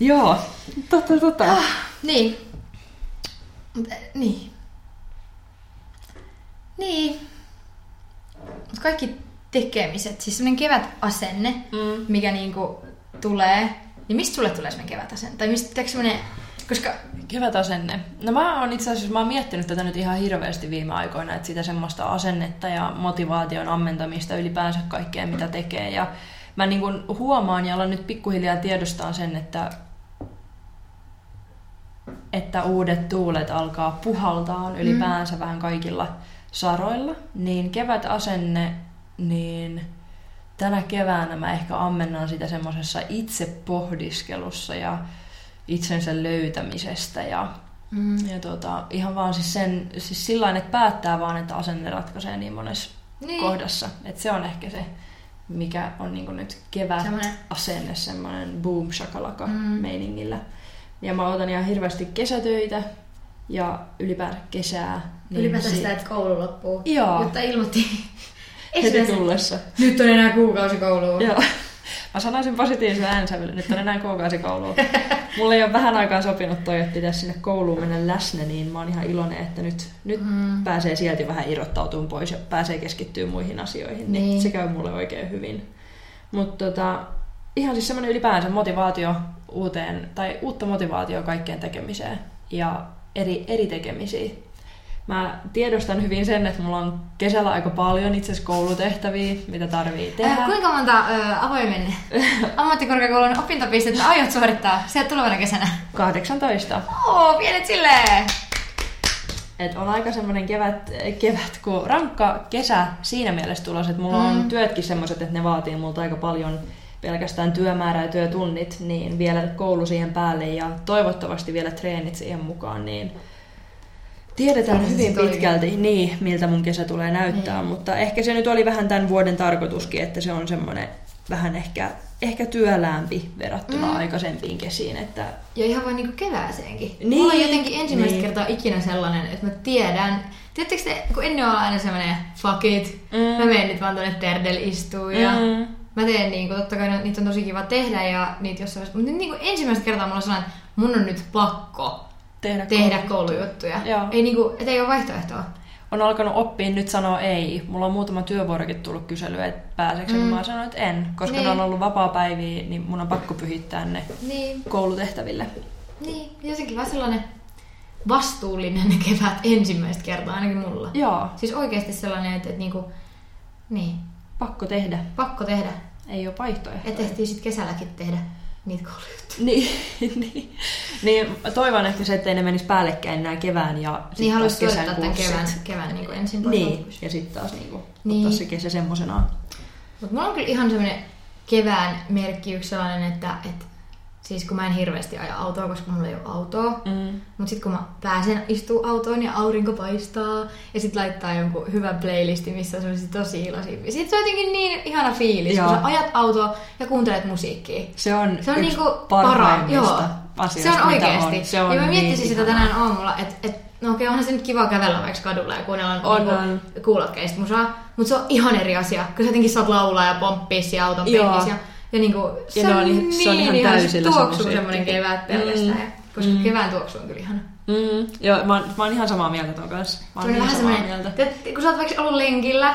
[SPEAKER 1] Joo, totta, totta.
[SPEAKER 2] Niin. Mut, eh, niin. Niin. Mut kaikki tekemiset, siis semmonen kevätasenne,
[SPEAKER 1] Mm.
[SPEAKER 2] mikä niinku tulee, niin mistä sulle tulee semmonen kevätasenne? Tai mistä tiedätkö semmonen, koska...
[SPEAKER 1] Kevät asenne. No mä oon itse asiassa, mä oon miettinyt tätä nyt ihan hirveästi viime aikoina, että sitä semmoista asennetta ja motivaation ammentamista ylipäänsä kaikkea, mitä tekee. Ja mä niin kun huomaan ja alan nyt pikkuhiljaa tiedostaa sen, että että uudet tuulet alkaa puhaltaan ylipäänsä vähän kaikilla saroilla, niin kevätasenne, niin tänä keväänä mä ehkä ammennan sitä semmoisessa itsepohdiskelussa ja itsensä löytämisestä ja,
[SPEAKER 2] Mm.
[SPEAKER 1] ja tota, ihan vaan siis, sen, siis sillain, että päättää vaan, että asenne ratkaisee niin monessa
[SPEAKER 2] Niin.
[SPEAKER 1] niin. kohdassa. Et se on ehkä se, mikä on niinku nyt kevät
[SPEAKER 2] Semmoinen-
[SPEAKER 1] asenne, semmoinen boom shakalaka
[SPEAKER 2] Mm.
[SPEAKER 1] meiningillä. Ja mä otan ihan hirveästi kesätöitä ja ylipäänsä kesää. niin
[SPEAKER 2] Ylipäätään
[SPEAKER 1] si-
[SPEAKER 2] sitä, että koulu loppuu.
[SPEAKER 1] Joo.
[SPEAKER 2] Mutta ilmoitti. Ei
[SPEAKER 1] Heti
[SPEAKER 2] se-
[SPEAKER 1] tullessa.
[SPEAKER 2] Nyt on enää kuukausi kouluun.
[SPEAKER 1] Joo. Mä sanoisin positiivisen äänsävyllä, nyt on enää kuukausi kouluun. Mulle ei ole vähän aikaa sopinut toi, että pitäisi sinne kouluun mennä läsnä, niin mä oon ihan iloinen, että nyt, nyt mm. pääsee sieltä vähän irrottautumaan pois ja pääsee keskittyä muihin asioihin, niin,
[SPEAKER 2] Niin.
[SPEAKER 1] niin. se käy mulle oikein hyvin. Mutta tota, ihan siis semmoinen ylipäänsä motivaatio uuteen, tai uutta motivaatioa kaikkeen tekemiseen ja eri, eri tekemisiin. Mä tiedostan hyvin sen, että mulla on kesällä aika paljon itse asiassa koulutehtäviä, mitä tarvii tehdä.
[SPEAKER 2] Äh, kuinka monta ö, avoimen ammattikorkeakoulun opintopistettä aiot suorittaa sieltä tulevana kesänä?
[SPEAKER 1] 18.
[SPEAKER 2] Oo, pienet silleen!
[SPEAKER 1] Et on aika semmoinen kevät, kevät kun rankka kesä siinä mielessä tulos, että mulla on työtkin semmoiset, että ne vaatii multa aika paljon pelkästään työmäärää ja työtunnit, niin vielä koulu siihen päälle ja toivottavasti vielä treenit siihen mukaan, niin tiedetään hyvin
[SPEAKER 2] olikin.
[SPEAKER 1] pitkälti niin, miltä mun kesä tulee näyttää, mutta ehkä se nyt oli vähän tämän vuoden tarkoituskin, että se on semmoinen vähän ehkä, ehkä työläämpi verrattuna aikaisempiin kesiin, että
[SPEAKER 2] Ja ihan vaan niinku kevääseenkin. Niin.
[SPEAKER 1] Niin.
[SPEAKER 2] Mulla on jotenkin ensimmäistä niin.
[SPEAKER 1] Niin.
[SPEAKER 2] kertaa ikinä sellainen, että mä tiedän... Tiedättekö te, kun ennen on aina semmoinen fuck it, mm.
[SPEAKER 1] Mm.
[SPEAKER 2] mä menen nyt vaan tonne terdel istuu ja mm.
[SPEAKER 1] Mm.
[SPEAKER 2] mä teen niinku, totta kai ne- niitä on tosi kiva tehdä ja niitä jossain vaiheessa... Mutta nyt niinku ensimmäistä kertaa mulla on sellainen, että mun on nyt pakko
[SPEAKER 1] tehdä,
[SPEAKER 2] tehdä koulujuttuja.
[SPEAKER 1] Joo.
[SPEAKER 2] Ei niinku, et ei ole vaihtoehtoa.
[SPEAKER 1] on alkanut oppia nyt sanoa ei. Mulla on muutama työvuorokin tullut kyselyä, että pääseekö, mm. niin mä oon sanonut, että en. Koska
[SPEAKER 2] Niin.
[SPEAKER 1] ne on ollut vapaa-päiviä, niin mun on pakko pyhittää ne
[SPEAKER 2] Niin,
[SPEAKER 1] koulutehtäville.
[SPEAKER 2] niin. Jotenkin vaan sellainen vastuullinen kevät ensimmäistä kertaa ainakin mulla.
[SPEAKER 1] Joo,
[SPEAKER 2] Siis oikeasti sellainen, että, että niinku, niin,
[SPEAKER 1] pakko tehdä.
[SPEAKER 2] pakko tehdä.
[SPEAKER 1] Ei ole vaihtoehtoja.
[SPEAKER 2] Ja tehtiin sitten kesälläkin tehdä niitä koulujuttuja.
[SPEAKER 1] Niin, niin. niin, toivon ehkä se, ettei ne menisi päällekkäin nämä kevään ja sit
[SPEAKER 2] Niin haluaisi
[SPEAKER 1] taas kesän
[SPEAKER 2] suorittaa tämän
[SPEAKER 1] kurssit.
[SPEAKER 2] kevään, kevään niin ensin.
[SPEAKER 1] Niin, ja sitten taas niinku,
[SPEAKER 2] Niin.
[SPEAKER 1] niin. ottaa se kesä semmoisenaan.
[SPEAKER 2] Mutta mulla on kyllä ihan semmoinen kevään merkki yksi sellainen, että, että siis kun mä en hirveästi aja autoa, koska mulla ei ole autoa.
[SPEAKER 1] Mm.
[SPEAKER 2] Mut sit kun mä pääsen istuu autoon ja aurinko paistaa ja sit laittaa jonkun hyvän playlisti, missä on semmoisia tosi iloisia. Sit se on jotenkin niin ihana fiilis, Joo.
[SPEAKER 1] Joo.
[SPEAKER 2] kun sä ajat autoa ja kuuntelet musiikkia.
[SPEAKER 1] Se on,
[SPEAKER 2] Se on
[SPEAKER 1] yksi
[SPEAKER 2] niinku para-
[SPEAKER 1] parhaimmista.
[SPEAKER 2] joo.
[SPEAKER 1] asiasta,
[SPEAKER 2] Se on
[SPEAKER 1] mitä
[SPEAKER 2] oikeasti.
[SPEAKER 1] On. Se on
[SPEAKER 2] ja mä
[SPEAKER 1] niin
[SPEAKER 2] miettisin sitä
[SPEAKER 1] ihanaa.
[SPEAKER 2] tänään aamulla, että et, no okei, onhan se nyt kiva kävellä vaikka kadulla ja kuunnella
[SPEAKER 1] On,
[SPEAKER 2] niinku
[SPEAKER 1] on.
[SPEAKER 2] kuulokkeista musaa, mutta se on ihan eri asia, kun sä jotenkin saat laulaa ja pomppia siellä auton
[SPEAKER 1] Joo.
[SPEAKER 2] penkissä. Ja, ja niinku, se,
[SPEAKER 1] Ja ne
[SPEAKER 2] on
[SPEAKER 1] on ihan-
[SPEAKER 2] niin,
[SPEAKER 1] se on ihan
[SPEAKER 2] ihana.
[SPEAKER 1] täysillä
[SPEAKER 2] se
[SPEAKER 1] se
[SPEAKER 2] tuoksuu
[SPEAKER 1] musiikki.
[SPEAKER 2] semmoinen kevät pelkästään, mm. koska mm. kevään tuoksu on kyllä ihana.
[SPEAKER 1] Mm, joo, mä, oon- mä oon ihan samaa mieltä ton kanssa. Mä
[SPEAKER 2] Se
[SPEAKER 1] oon
[SPEAKER 2] on
[SPEAKER 1] ihan
[SPEAKER 2] vähän
[SPEAKER 1] niin samaa
[SPEAKER 2] semmoinen,
[SPEAKER 1] mieltä.
[SPEAKER 2] te- kun sä oot vaikka ollut lenkillä,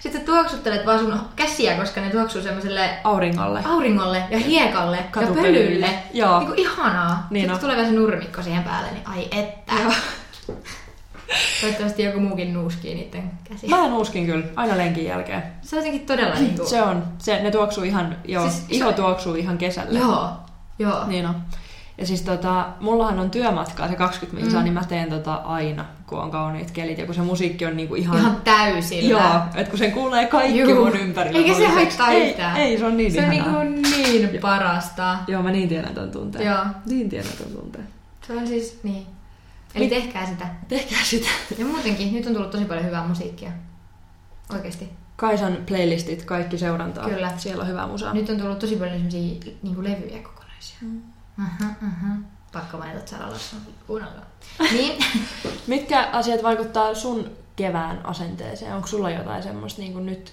[SPEAKER 2] sit sä tuoksuttelet vaan sun käsiä, koska ne tuoksuu semmoiselle
[SPEAKER 1] Auringolle.
[SPEAKER 2] auringolle ja hiekalle ja
[SPEAKER 1] Katupölylle.
[SPEAKER 2] pölylle.
[SPEAKER 1] Joo.
[SPEAKER 2] Niinku ihanaa.
[SPEAKER 1] Niin
[SPEAKER 2] Niin
[SPEAKER 1] on.
[SPEAKER 2] Sitten kun tulee vielä se nurmikko siihen päälle, niin ai että. Toivottavasti joku muukin nuuskii niiden käsiä.
[SPEAKER 1] Mä nuuskin kyllä, aina lenkin jälkeen.
[SPEAKER 2] Se on jotenkin todella niinku...
[SPEAKER 1] Se on, se, ne tuoksuu ihan, joo,
[SPEAKER 2] Siis
[SPEAKER 1] siis,
[SPEAKER 2] se-
[SPEAKER 1] iho tuoksuu ihan kesällä.
[SPEAKER 2] Joo. Joo.
[SPEAKER 1] Niin on. Ja siis tota, mullahan on työmatkaa se 20 minsaa, mm. niin mä teen tota aina, kun on kauniit kelit ja kun se musiikki on niinku ihan...
[SPEAKER 2] Ihan täysillä.
[SPEAKER 1] Joo, että kun sen kuulee kaikki
[SPEAKER 2] Juu.
[SPEAKER 1] mun ympärillä.
[SPEAKER 2] Eikä se
[SPEAKER 1] Voi
[SPEAKER 2] haittaa
[SPEAKER 1] ei,
[SPEAKER 2] yhtään.
[SPEAKER 1] Ei, se on niin
[SPEAKER 2] Se on
[SPEAKER 1] ihanaa.
[SPEAKER 2] niinku niin parasta.
[SPEAKER 1] Joo, mä niin tiedän ton tunteen.
[SPEAKER 2] Joo.
[SPEAKER 1] Niin tiedän ton tunteen.
[SPEAKER 2] Se on siis niin. Eli
[SPEAKER 1] Mit-
[SPEAKER 2] tehkää sitä.
[SPEAKER 1] Tehkää sitä.
[SPEAKER 2] Ja muutenkin, nyt on tullut tosi paljon hyvää musiikkia. Oikeesti.
[SPEAKER 1] Kaisan playlistit, kaikki seurantaa.
[SPEAKER 2] Kyllä.
[SPEAKER 1] Siellä on hyvää musaa.
[SPEAKER 2] Nyt on tullut tosi paljon semmoisia niin levyjä kokonaisia. Mm. Uh-huh, uh-huh. Pakko mainita että Sara Larsson. Kuunnelkaa. Niin.
[SPEAKER 1] Mitkä asiat vaikuttaa sun kevään asenteeseen? Onko sulla jotain semmoista niin kuin nyt?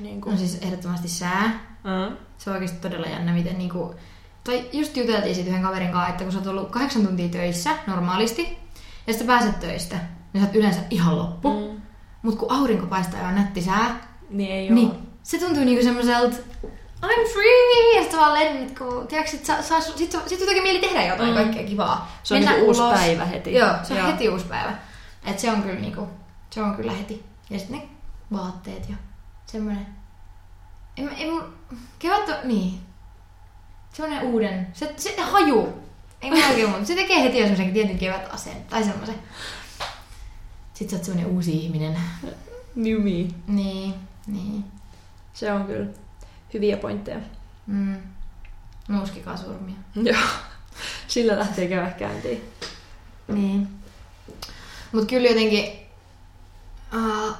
[SPEAKER 1] Niin kuin...
[SPEAKER 2] no siis ehdottomasti sää.
[SPEAKER 1] Mm.
[SPEAKER 2] Se on oikeasti todella jännä, miten niinku... Tai just juteltiin sit yhden kaverin kanssa, että kun sä oot ollut kahdeksan tuntia töissä normaalisti, ja sitten pääset töistä, niin sä oot yleensä ihan loppu. Mm. Mut kun aurinko paistaa ja on nätti sää,
[SPEAKER 1] Niin ei
[SPEAKER 2] Joo.
[SPEAKER 1] ole.
[SPEAKER 2] Niin, se tuntuu niinku semmoiseltä, I'm free! Ja sitten vaan lennit, kun tiedätkö, sit, saa, saa, sit, sit, sit jotenkin mieli tehdä jotain mm.
[SPEAKER 1] Mm.
[SPEAKER 2] kaikkea kivaa.
[SPEAKER 1] Se on
[SPEAKER 2] Mennä
[SPEAKER 1] niinku uusi
[SPEAKER 2] ulos.
[SPEAKER 1] päivä heti.
[SPEAKER 2] Joo, se on
[SPEAKER 1] Joo.
[SPEAKER 2] heti uusi päivä. Et se on kyllä niinku, se on kyllä heti. Ja sitten ne vaatteet ja semmoinen. En, mä- en, mun- kevät on, niin. Semmoinen uuden, se, se haju. Ei mä oikein muuta. Se tekee heti jo semmoisen tietyn kevätaseen tai semmoisen. Sitten sä oot semmoinen uusi ihminen.
[SPEAKER 1] New me.
[SPEAKER 2] Niin, niin.
[SPEAKER 1] Se on kyllä hyviä pointteja.
[SPEAKER 2] Mm. Nuuskikaa surmia.
[SPEAKER 1] Joo. Sillä lähtee kevät käyntiin.
[SPEAKER 2] Niin. Mut kyllä jotenkin uh,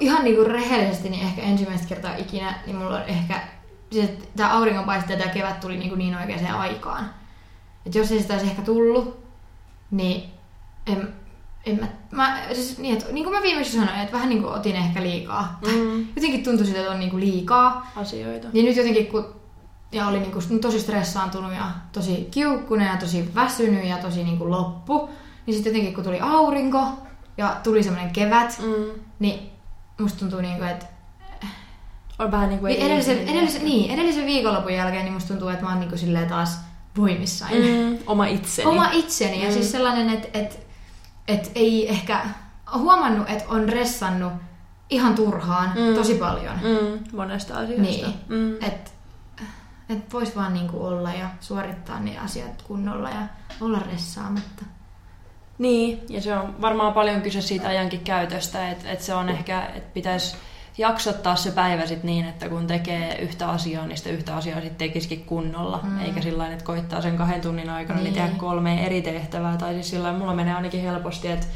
[SPEAKER 2] ihan niinku rehellisesti niin ehkä ensimmäistä kertaa ikinä, niin mulla on ehkä siis, tämä auringonpaiste ja tämä kevät tuli niinku niin oikeaan aikaan. Et jos ei sitä olisi ehkä tullut, niin en, en mä, mä siis, niin, että, niin kuin mä viimeksi sanoin, että vähän niinku otin ehkä liikaa.
[SPEAKER 1] Mm.
[SPEAKER 2] Jotenkin tuntui siltä, että on niinku liikaa.
[SPEAKER 1] Asioita.
[SPEAKER 2] Ja Niin nyt jotenkin kun ja oli niinku tosi stressaantunut ja tosi kiukkunen ja tosi väsynyt ja tosi niinku loppu, niin sitten jotenkin kun tuli aurinko ja tuli semmoinen kevät, mm.
[SPEAKER 1] Mm.
[SPEAKER 2] niin musta tuntuu niinku, että
[SPEAKER 1] On vähän niin kuin...
[SPEAKER 2] niin edellisen, edellisen, niin, edellisen viikonlopun jälkeen niin musta tuntuu, että mä oon niinku silleen taas voimissain. Mm.
[SPEAKER 1] Mm. Oma itseni.
[SPEAKER 2] Oma itseni ja
[SPEAKER 1] Mm.
[SPEAKER 2] siis sellainen, että et, et ei ehkä oon huomannut, että on ressannut ihan turhaan mm.
[SPEAKER 1] Mm.
[SPEAKER 2] tosi paljon.
[SPEAKER 1] Mm. Monesta asiasta.
[SPEAKER 2] Niin.
[SPEAKER 1] Mm.
[SPEAKER 2] Et, et vois vaan niinku olla ja suorittaa ne asiat kunnolla ja olla ressaamatta.
[SPEAKER 1] Niin, ja se on varmaan paljon kyse siitä ajankin käytöstä, että et se on ehkä, että pitäisi jaksottaa se päivä sit niin, että kun tekee yhtä asiaa, niin sitä yhtä asiaa sitten tekisikin kunnolla, mm. eikä sillä tavalla, että koittaa sen kahden tunnin aikana niin.
[SPEAKER 2] Niin.
[SPEAKER 1] niin tehdä kolme eri tehtävää, tai siis sillä lailla mulla menee ainakin helposti, että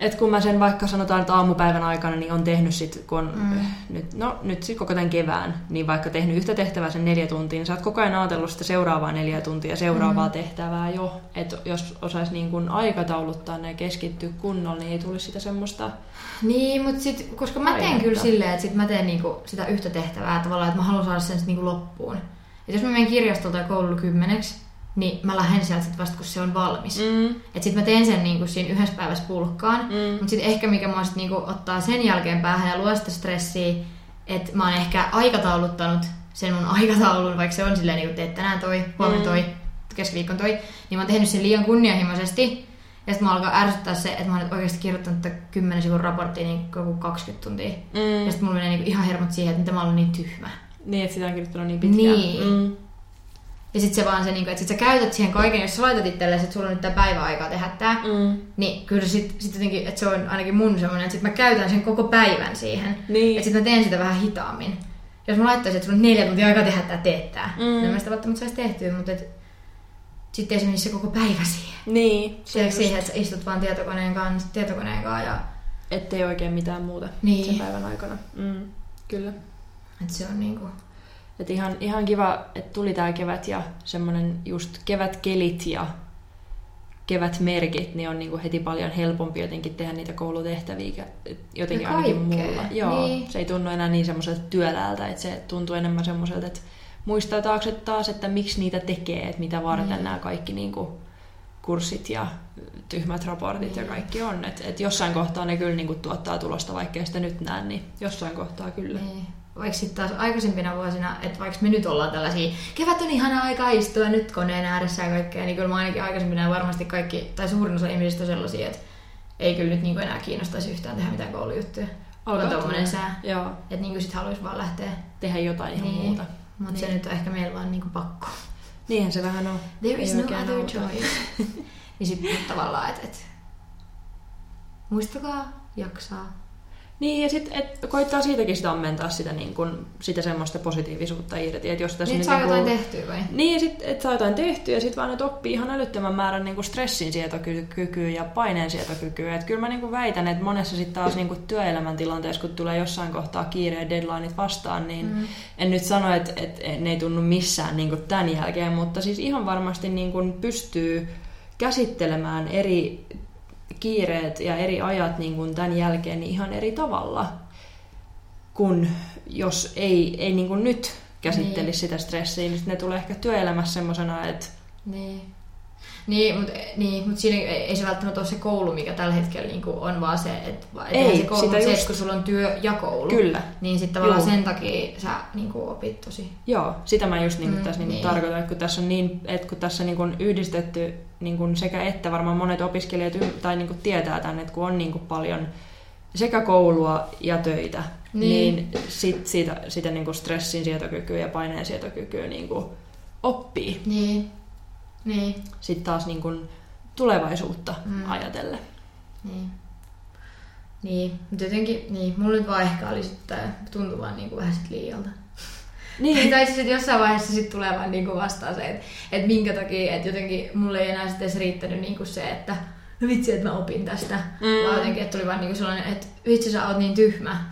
[SPEAKER 1] et kun mä sen vaikka sanotaan, että aamupäivän aikana, niin on tehnyt sit, kun on, mm. nyt, no, nyt sit koko tämän kevään, niin vaikka tehnyt yhtä tehtävää sen neljä tuntia, niin sä oot koko ajan ajatellut sitä seuraavaa neljä tuntia, seuraavaa mm. tehtävää jo. Et jos osais niin kun aikatauluttaa ne ja keskittyä kunnolla, niin ei tulisi sitä semmoista...
[SPEAKER 2] Niin, mutta sit, koska mä teen
[SPEAKER 1] Aivan.
[SPEAKER 2] kyllä silleen, että sit mä teen niinku sitä yhtä tehtävää tavallaan, että mä haluan saada sen sit niinku loppuun. Et jos mä menen kirjastolta ja koululla kymmeneksi, niin mä lähden sieltä sit vasta, kun se on valmis. Mm.
[SPEAKER 1] Mm.
[SPEAKER 2] Et sit mä teen sen niinku siinä yhdessä päivässä pulkkaan, mm.
[SPEAKER 1] Mm.
[SPEAKER 2] mutta sit ehkä mikä mä sit niinku ottaa sen jälkeen päähän ja luo sitä stressiä, että mä oon ehkä aikatauluttanut sen mun aikataulun, vaikka se on silleen niinku teet tänään toi,
[SPEAKER 1] Mm.
[SPEAKER 2] huomenna toi, keskiviikon toi, niin mä oon tehnyt sen liian kunnianhimoisesti. Ja sitten mä alkaa ärsyttää se, että mä oon nyt oikeasti kirjoittanut tätä 10 sivun raporttia niin joku 20 tuntia. Mm.
[SPEAKER 1] Mm.
[SPEAKER 2] Ja sitten mulla menee niinku ihan hermot siihen, että mitä mä oon niin tyhmä.
[SPEAKER 1] Niin, että sitä on kirjoittanut niin pitkään.
[SPEAKER 2] Niin.
[SPEAKER 1] Mm.
[SPEAKER 2] Ja sitten se vaan se, niinku, että sit sä käytät siihen kaiken, jos sä laitat itsellesi, että sulla on nyt tää päivä aikaa tehdä tää,
[SPEAKER 1] Mm.
[SPEAKER 2] niin kyllä sit, sit jotenkin, että se on ainakin mun semmoinen, että sit mä käytän sen koko päivän siihen.
[SPEAKER 1] Niin.
[SPEAKER 2] Että sit mä teen sitä vähän hitaammin. Jos mä laittaisin, että sulla on neljä tuntia aikaa tehdä tää teettää, mm.
[SPEAKER 1] Mm.
[SPEAKER 2] niin mä sitä välttämättä saisi tehtyä, mutta et, sitten ei se menisi se koko päivä siihen.
[SPEAKER 1] Niin.
[SPEAKER 2] Se
[SPEAKER 1] just,
[SPEAKER 2] siihen, että sä istut vaan tietokoneen kanssa, tietokoneen kanssa ja
[SPEAKER 1] Ettei oikein mitään muuta
[SPEAKER 2] Niin.
[SPEAKER 1] sen päivän aikana. Mm. Kyllä.
[SPEAKER 2] että se on niinku...
[SPEAKER 1] Et ihan, ihan kiva, että tuli tää kevät ja semmonen just kevätkelit ja kevätmerkit, niin on niinku heti paljon helpompi jotenkin tehdä niitä koulutehtäviä et jotenkin
[SPEAKER 2] Ja
[SPEAKER 1] ainakin
[SPEAKER 2] No kaikkea,
[SPEAKER 1] mulla. Joo,
[SPEAKER 2] niin.
[SPEAKER 1] se ei tunnu enää niin semmoiselta työläältä, että se tuntuu enemmän semmoiselta, että muistaa taakse taas, että miksi niitä tekee, että mitä varten
[SPEAKER 2] Niin.
[SPEAKER 1] nämä kaikki niinku kurssit ja tyhmät raportit
[SPEAKER 2] Niin.
[SPEAKER 1] ja kaikki on. Et, et jossain kohtaa ne kyllä niinku tuottaa tulosta, vaikkei sitä nyt näe, niin jossain kohtaa kyllä.
[SPEAKER 2] Niin. Vaikka sitten taas aikaisempina vuosina, että vaikka me nyt ollaan tällaisia, kevät on ihana aika istua nyt koneen ääressä ja kaikkea, niin kyllä mä ainakin aikaisempina varmasti kaikki, tai suurin osa ihmisistä on sellaisia, että ei kyllä nyt niinku enää kiinnostaisi yhtään tehdä mitään koulujuttuja. on
[SPEAKER 1] tulla.
[SPEAKER 2] tommonen sää.
[SPEAKER 1] Joo,
[SPEAKER 2] Että niinku sit haluaisi vaan lähteä.
[SPEAKER 1] tehdä jotain ihan
[SPEAKER 2] Niin.
[SPEAKER 1] muuta.
[SPEAKER 2] Mutta niin. se nyt on ehkä meillä vaan niinku pakko.
[SPEAKER 1] Niinhän se vähän on.
[SPEAKER 2] There
[SPEAKER 1] Ei
[SPEAKER 2] is no
[SPEAKER 1] oikein
[SPEAKER 2] other
[SPEAKER 1] auta.
[SPEAKER 2] choice. niin sit nyt tavallaan, että et, muistakaa jaksaa.
[SPEAKER 1] Niin, ja sitten koittaa siitäkin sitä ammentaa sitä, niin kun, sitä semmoista positiivisuutta irti. Et jos tässä
[SPEAKER 2] Nyt
[SPEAKER 1] nyt
[SPEAKER 2] saa
[SPEAKER 1] niin
[SPEAKER 2] jotain tehtyä vai?
[SPEAKER 1] Niin, ja sitten et saa jotain tehtyä, ja sitten vaan, että oppii ihan älyttömän määrän niin stressinsietokykyä ja paineensietokykyä. Et kyllä mä niin väitän, että monessa sitten taas niin työelämän tilanteessa, kun tulee jossain kohtaa kiireen deadlineit vastaan, niin mm. en nyt sano, että et, et ne ei tunnu missään niin tämän jälkeen, mutta siis ihan varmasti niin pystyy käsittelemään eri kiireet ja eri ajat niin kuin tämän jälkeen niin ihan eri tavalla, kun jos ei, ei niin kuin nyt käsittelisi
[SPEAKER 2] Niin.
[SPEAKER 1] niin. sitä stressiä, niin sit ne tulee ehkä työelämässä semmoisena, että
[SPEAKER 2] Niin. Niin, mutta niin, mut siinä ei, ei se välttämättä ole se koulu, mikä tällä hetkellä niinku on, vaan se, että
[SPEAKER 1] Ei,
[SPEAKER 2] eihän se koulu,
[SPEAKER 1] sitä
[SPEAKER 2] mut se,
[SPEAKER 1] just.
[SPEAKER 2] että kun sulla on työ ja koulu,
[SPEAKER 1] Kyllä.
[SPEAKER 2] niin sitten tavallaan
[SPEAKER 1] Juu.
[SPEAKER 2] sen takia sä niinku opit tosi.
[SPEAKER 1] joo, sitä mä just niin kuin mm,
[SPEAKER 2] Mm,
[SPEAKER 1] tässä niin kuin
[SPEAKER 2] niin.
[SPEAKER 1] tarkoitan, että kun tässä on, niin, että kun tässä niin kuin yhdistetty niin kuin sekä että varmaan monet opiskelijat y- tai niin kuin tietää tämän, että kun on niin kuin paljon sekä koulua ja töitä,
[SPEAKER 2] Niin.
[SPEAKER 1] niin, niin sit siitä, sitä niin kuin stressin sietokykyä ja paineen sietokykyä niin kuin oppii.
[SPEAKER 2] Niin. Niin.
[SPEAKER 1] sitten taas niin kun tulevaisuutta
[SPEAKER 2] Mm.
[SPEAKER 1] mm. ajatellen.
[SPEAKER 2] Niin. Niin, mutta jotenkin, niin, mulla nyt vaan ehkä oli sitten, tuntui vaan niinku vähän sit liialta. Niin. tai siis, että jossain vaiheessa sit tulee vaan niinku vastaan se, että et minkä takia, että jotenkin mulle ei enää sitten edes riittänyt niinku se, että no vitsi, että mä opin tästä. Mm.
[SPEAKER 1] Mm.
[SPEAKER 2] Vaan jotenkin, että tuli vaan niinku sellainen, että vitsi sä oot niin tyhmä.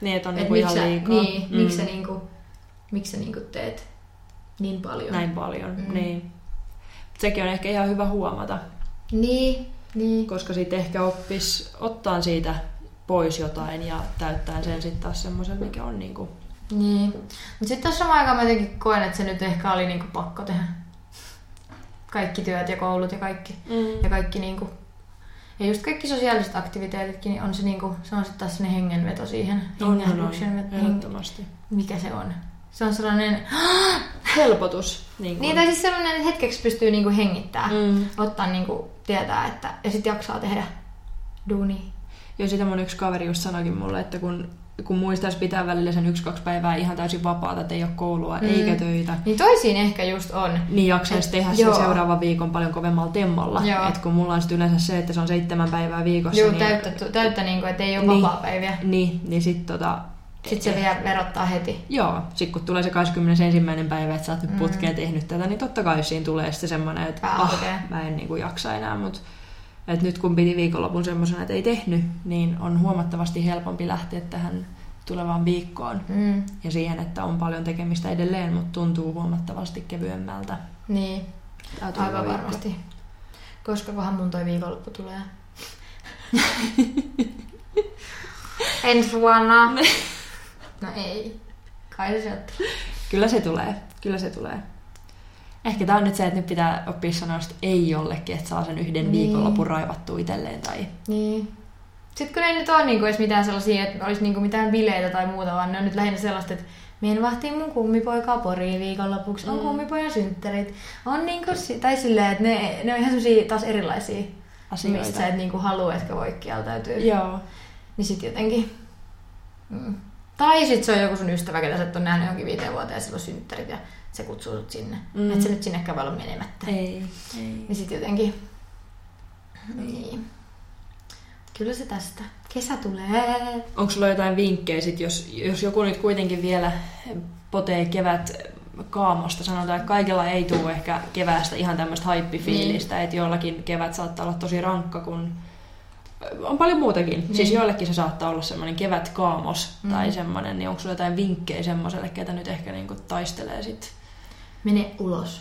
[SPEAKER 1] niin, että on
[SPEAKER 2] Et
[SPEAKER 1] niinku
[SPEAKER 2] miksi
[SPEAKER 1] ihan
[SPEAKER 2] sä,
[SPEAKER 1] liikaa.
[SPEAKER 2] niin, mm. miksi sä, niinku, miksi sä niinku teet niin paljon.
[SPEAKER 1] Näin paljon,
[SPEAKER 2] Mm.
[SPEAKER 1] mm. niin. Sekin on ehkä ihan hyvä huomata,
[SPEAKER 2] Niin, niin.
[SPEAKER 1] koska siitä ehkä oppis ottaa siitä pois jotain ja täyttää sen sitten taas semmoisen, mikä on niinku...
[SPEAKER 2] Niin. Mutta sitten tässä samaan aikaan mä jotenkin koen, että se nyt ehkä oli niinku pakko tehdä. Kaikki työt ja koulut ja kaikki.
[SPEAKER 1] Mm.
[SPEAKER 2] Ja kaikki niinku, ja just kaikki sosiaaliset aktiviteetitkin, niin on se, niinku, se on sitten taas sellainen hengenveto siihen. Hengenveto- heng-
[SPEAKER 1] ehdottomasti.
[SPEAKER 2] mikä se on? Se on sellainen,
[SPEAKER 1] Helpotus. Niin,
[SPEAKER 2] niin tai siis sellainen, että hetkeksi pystyy niinku hengittää.
[SPEAKER 1] Mm.
[SPEAKER 2] Ottaa niinku tietää, että, ja sitten jaksaa tehdä duuni.
[SPEAKER 1] Ja sitä mun yksi kaveri just sanoikin mulle, että kun, kun muistaisi pitää välillä sen yksi-kaksi päivää ihan täysin vapaata, että ei ole koulua mm. eikä töitä,
[SPEAKER 2] Niin toisiin ehkä just on.
[SPEAKER 1] niin jaksaisi tehdä
[SPEAKER 2] joo.
[SPEAKER 1] sen seuraavan viikon paljon kovemmalla temmalla.
[SPEAKER 2] Joo.
[SPEAKER 1] Et kun mulla on sit yleensä se, että se on seitsemän päivää viikossa,
[SPEAKER 2] Joo,
[SPEAKER 1] niin,
[SPEAKER 2] täyttä, täyttä niinku, että ei ole
[SPEAKER 1] Niin.
[SPEAKER 2] vapaa-päiviä.
[SPEAKER 1] niin, niin sit tota...
[SPEAKER 2] Sitten se vielä verottaa heti.
[SPEAKER 1] Joo, sit kun tulee se 21. päivä, että sä oot
[SPEAKER 2] Mm.
[SPEAKER 1] nyt putkeen tehnyt tätä, niin totta kai siinä tulee sitten semmoinen, että
[SPEAKER 2] Pää
[SPEAKER 1] ah,
[SPEAKER 2] hakee.
[SPEAKER 1] mä en niinku jaksa enää, mutta et nyt kun piti viikonlopun semmoisena, että ei tehnyt, niin on huomattavasti helpompi lähteä tähän tulevaan viikkoon
[SPEAKER 2] Mm.
[SPEAKER 1] ja siihen, että on paljon tekemistä edelleen, mutta tuntuu huomattavasti kevyemmältä.
[SPEAKER 2] Niin,
[SPEAKER 1] Tää tuleva
[SPEAKER 2] aivan
[SPEAKER 1] viikko.
[SPEAKER 2] varmasti. Koska kohan mun toi viikonloppu tulee? Ensi vuonna. no ei. Kai se sieltä tulee.
[SPEAKER 1] Kyllä se tulee, kyllä se tulee. Ehkä tämä on nyt se, että nyt pitää oppia sanoa sit ei jollekin, että saa sen yhden
[SPEAKER 2] Niin.
[SPEAKER 1] niin. viikonlopun raivattua itselleen. Tai...
[SPEAKER 2] Niin. Sitten kun ei nyt ole niinku edes mitään sellaisia, että olisi niinku mitään bileitä tai muuta, vaan ne on nyt lähinnä sellaista, että mien vahtii mun kummipoikaa poriin viikonlopuksi, on mm. kummipojan synttärit. On niinku, si- tai silleen, että ne, ne on ihan sellaisia taas erilaisia
[SPEAKER 1] Asioita.
[SPEAKER 2] mistä sä et niinku halua, etkä voi kieltäytyä.
[SPEAKER 1] Joo.
[SPEAKER 2] Niin sit jotenkin... Mm. Tai sit se on joku sun ystävä, ketä sä et ole nähnyt johonkin viiteen vuoteen ja sillä on synttärit ja se kutsuu sut sinne. Mm.
[SPEAKER 1] Mm.
[SPEAKER 2] Et sä nyt sinnekään voi olla menemättä.
[SPEAKER 1] Ei. ei.
[SPEAKER 2] Niin sit jotenkin... Niin. Kyllä se tästä. Kesä tulee.
[SPEAKER 1] Onko sulla jotain vinkkejä, sit, jos, jos joku nyt kuitenkin vielä potee kevät kaamosta, sanotaan, että kaikilla ei tule ehkä keväästä ihan tämmöistä haippifiilistä,
[SPEAKER 2] Niin.
[SPEAKER 1] että jollakin kevät saattaa olla tosi rankka, kun on paljon muutakin. Niin. Siis joillekin se saattaa olla semmoinen kevätkaamos mm. tai semmoinen, niin onko sulla jotain vinkkejä semmoiselle, ketä nyt ehkä niinku taistelee sit.
[SPEAKER 2] Mene ulos.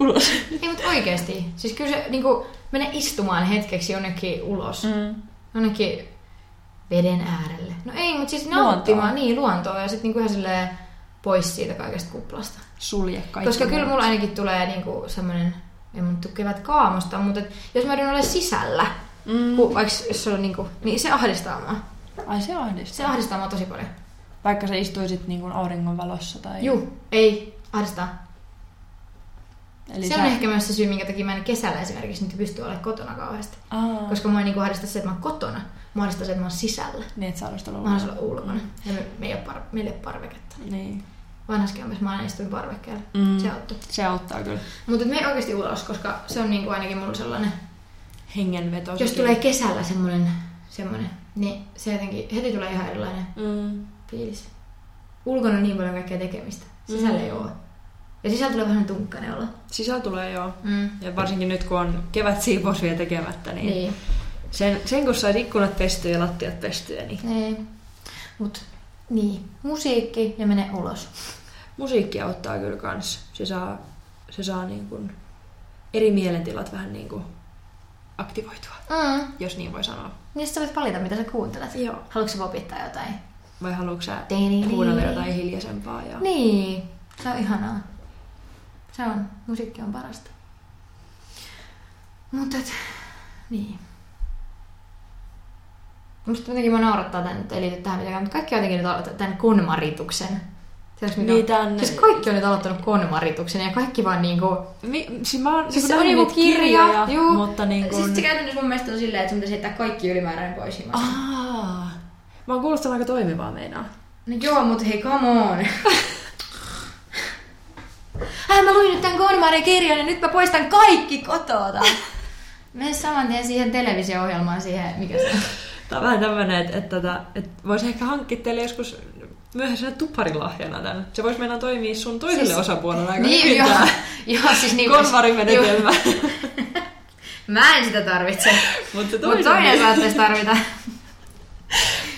[SPEAKER 1] Ulos.
[SPEAKER 2] Ei, mutta oikeasti. Siis kyllä se niinku, mene istumaan hetkeksi jonnekin ulos. Mm.
[SPEAKER 1] Mm.
[SPEAKER 2] Jonnekin veden äärelle. No ei, mutta siis
[SPEAKER 1] Luontoa.
[SPEAKER 2] nauttimaan niin luontoa ja sitten niinku ihan silleen pois siitä kaikesta kuplasta.
[SPEAKER 1] Sulje kaikki.
[SPEAKER 2] Koska kyllä
[SPEAKER 1] muut.
[SPEAKER 2] mulla ainakin tulee niinku semmoinen, en mun tukkevat kaamosta, mutta et jos mä yritän olla sisällä, mm. kun, vaikka jos se on niinku, niin se ahdistaa mua.
[SPEAKER 1] Ai se ahdistaa.
[SPEAKER 2] Se ahdistaa mua tosi paljon.
[SPEAKER 1] Vaikka sä istuisit niin kuin auringon valossa tai...
[SPEAKER 2] Juu, ei, ahdistaa.
[SPEAKER 1] Eli
[SPEAKER 2] se on ehkä myös se syy, minkä takia mä en kesällä esimerkiksi nyt pysty olemaan kotona kauheasti.
[SPEAKER 1] Aa,
[SPEAKER 2] Koska mua ei niinku ahdista se, että mä oon kotona. Mä ahdistaa se, että mä oon sisällä.
[SPEAKER 1] Niin, et sä haluaisit olla
[SPEAKER 2] Mä haluaisin
[SPEAKER 1] ulkona.
[SPEAKER 2] olla ulkona. Ja me, me ei ole par- meillä ei ole parveketta.
[SPEAKER 1] Niin.
[SPEAKER 2] Vanhaskämpäs mä aina istuin parvekkeella.
[SPEAKER 1] Mm.
[SPEAKER 2] Mm. Se auttoi.
[SPEAKER 1] Se auttaa kyllä.
[SPEAKER 2] Mutta me oikeasti ulos, koska se on niinku ainakin mulla sellainen
[SPEAKER 1] Hengenveto.
[SPEAKER 2] Jos
[SPEAKER 1] sekin.
[SPEAKER 2] tulee kesällä semmoinen, semmoinen, niin se jotenkin heti tulee ihan erilainen
[SPEAKER 1] Mm.
[SPEAKER 2] fiilis. Ulkona on niin paljon kaikkea tekemistä. Sisällä
[SPEAKER 1] Mm.
[SPEAKER 2] ei ole. Ja sisällä tulee vähän tunkkainen olo.
[SPEAKER 1] Sisällä tulee joo.
[SPEAKER 2] Mm.
[SPEAKER 1] Ja varsinkin nyt kun on kevät siivous vielä tekemättä, niin,
[SPEAKER 2] Niin.
[SPEAKER 1] Sen, sen kun saisi ikkunat pestyä ja lattiat pestyä, niin
[SPEAKER 2] niin. Mut niin, musiikki ja mene ulos.
[SPEAKER 1] musiikki auttaa kyllä kans. Se saa, se saa niin kuin eri mielentilat vähän niin kuin aktivoitua,
[SPEAKER 2] Mm.
[SPEAKER 1] jos niin voi sanoa.
[SPEAKER 2] Niin sit sä voit valita, mitä sä kuuntelet.
[SPEAKER 1] Joo.
[SPEAKER 2] Haluatko sä popittaa jotain?
[SPEAKER 1] Vai haluatko sä
[SPEAKER 2] Teini-
[SPEAKER 1] kuunnella jotain hiljaisempaa? Ja...
[SPEAKER 2] Niin, se on ihanaa. Se on, musiikki on parasta. Mutta et, niin. Musta jotenkin mä naurattaa tän, nyt ei liity tähän mitenkään, mutta kaikki on jotenkin nyt aloittanut tämän konmarituksen. Tiedätkö, mikä on?
[SPEAKER 1] Niin, tän-
[SPEAKER 2] Siis kaikki on nyt aloittanut konmarituksen ja kaikki vaan niinku...
[SPEAKER 1] Mi, siis mä oon niinku
[SPEAKER 2] Siis se on
[SPEAKER 1] nähnyt niitä
[SPEAKER 2] niinku kirja,
[SPEAKER 1] kirjoja,
[SPEAKER 2] juu.
[SPEAKER 1] mutta niin kuin...
[SPEAKER 2] Siis se käytännössä mun mielestä on silleen, että sun pitäisi heittää kaikki ylimääräinen pois himasta.
[SPEAKER 1] Aa, mä oon kuullut, että se on aika toimivaa meinaa.
[SPEAKER 2] No joo, mut hei, come on. Ai mä luin nyt tämän Konmarin kirjan ja nyt mä poistan kaikki kotoa. Mene saman tien siihen televisio-ohjelmaan, siihen, mikä se on.
[SPEAKER 1] Tää on vähän tämmönen, että, että, että, että voisi ehkä hankkia teille joskus myöhäisenä tuparilahjana tämän. Se voisi mennä toimia sun toiselle siis...
[SPEAKER 2] Siis-
[SPEAKER 1] osapuolelle aika
[SPEAKER 2] Niin,
[SPEAKER 1] hyvin
[SPEAKER 2] joo,
[SPEAKER 1] tää
[SPEAKER 2] joo, siis niin.
[SPEAKER 1] konvarimenetelmä.
[SPEAKER 2] Juu. Mä en sitä tarvitse.
[SPEAKER 1] Mutta se
[SPEAKER 2] Mutta
[SPEAKER 1] toinen, niin-
[SPEAKER 2] toinen saattaisi tarvita.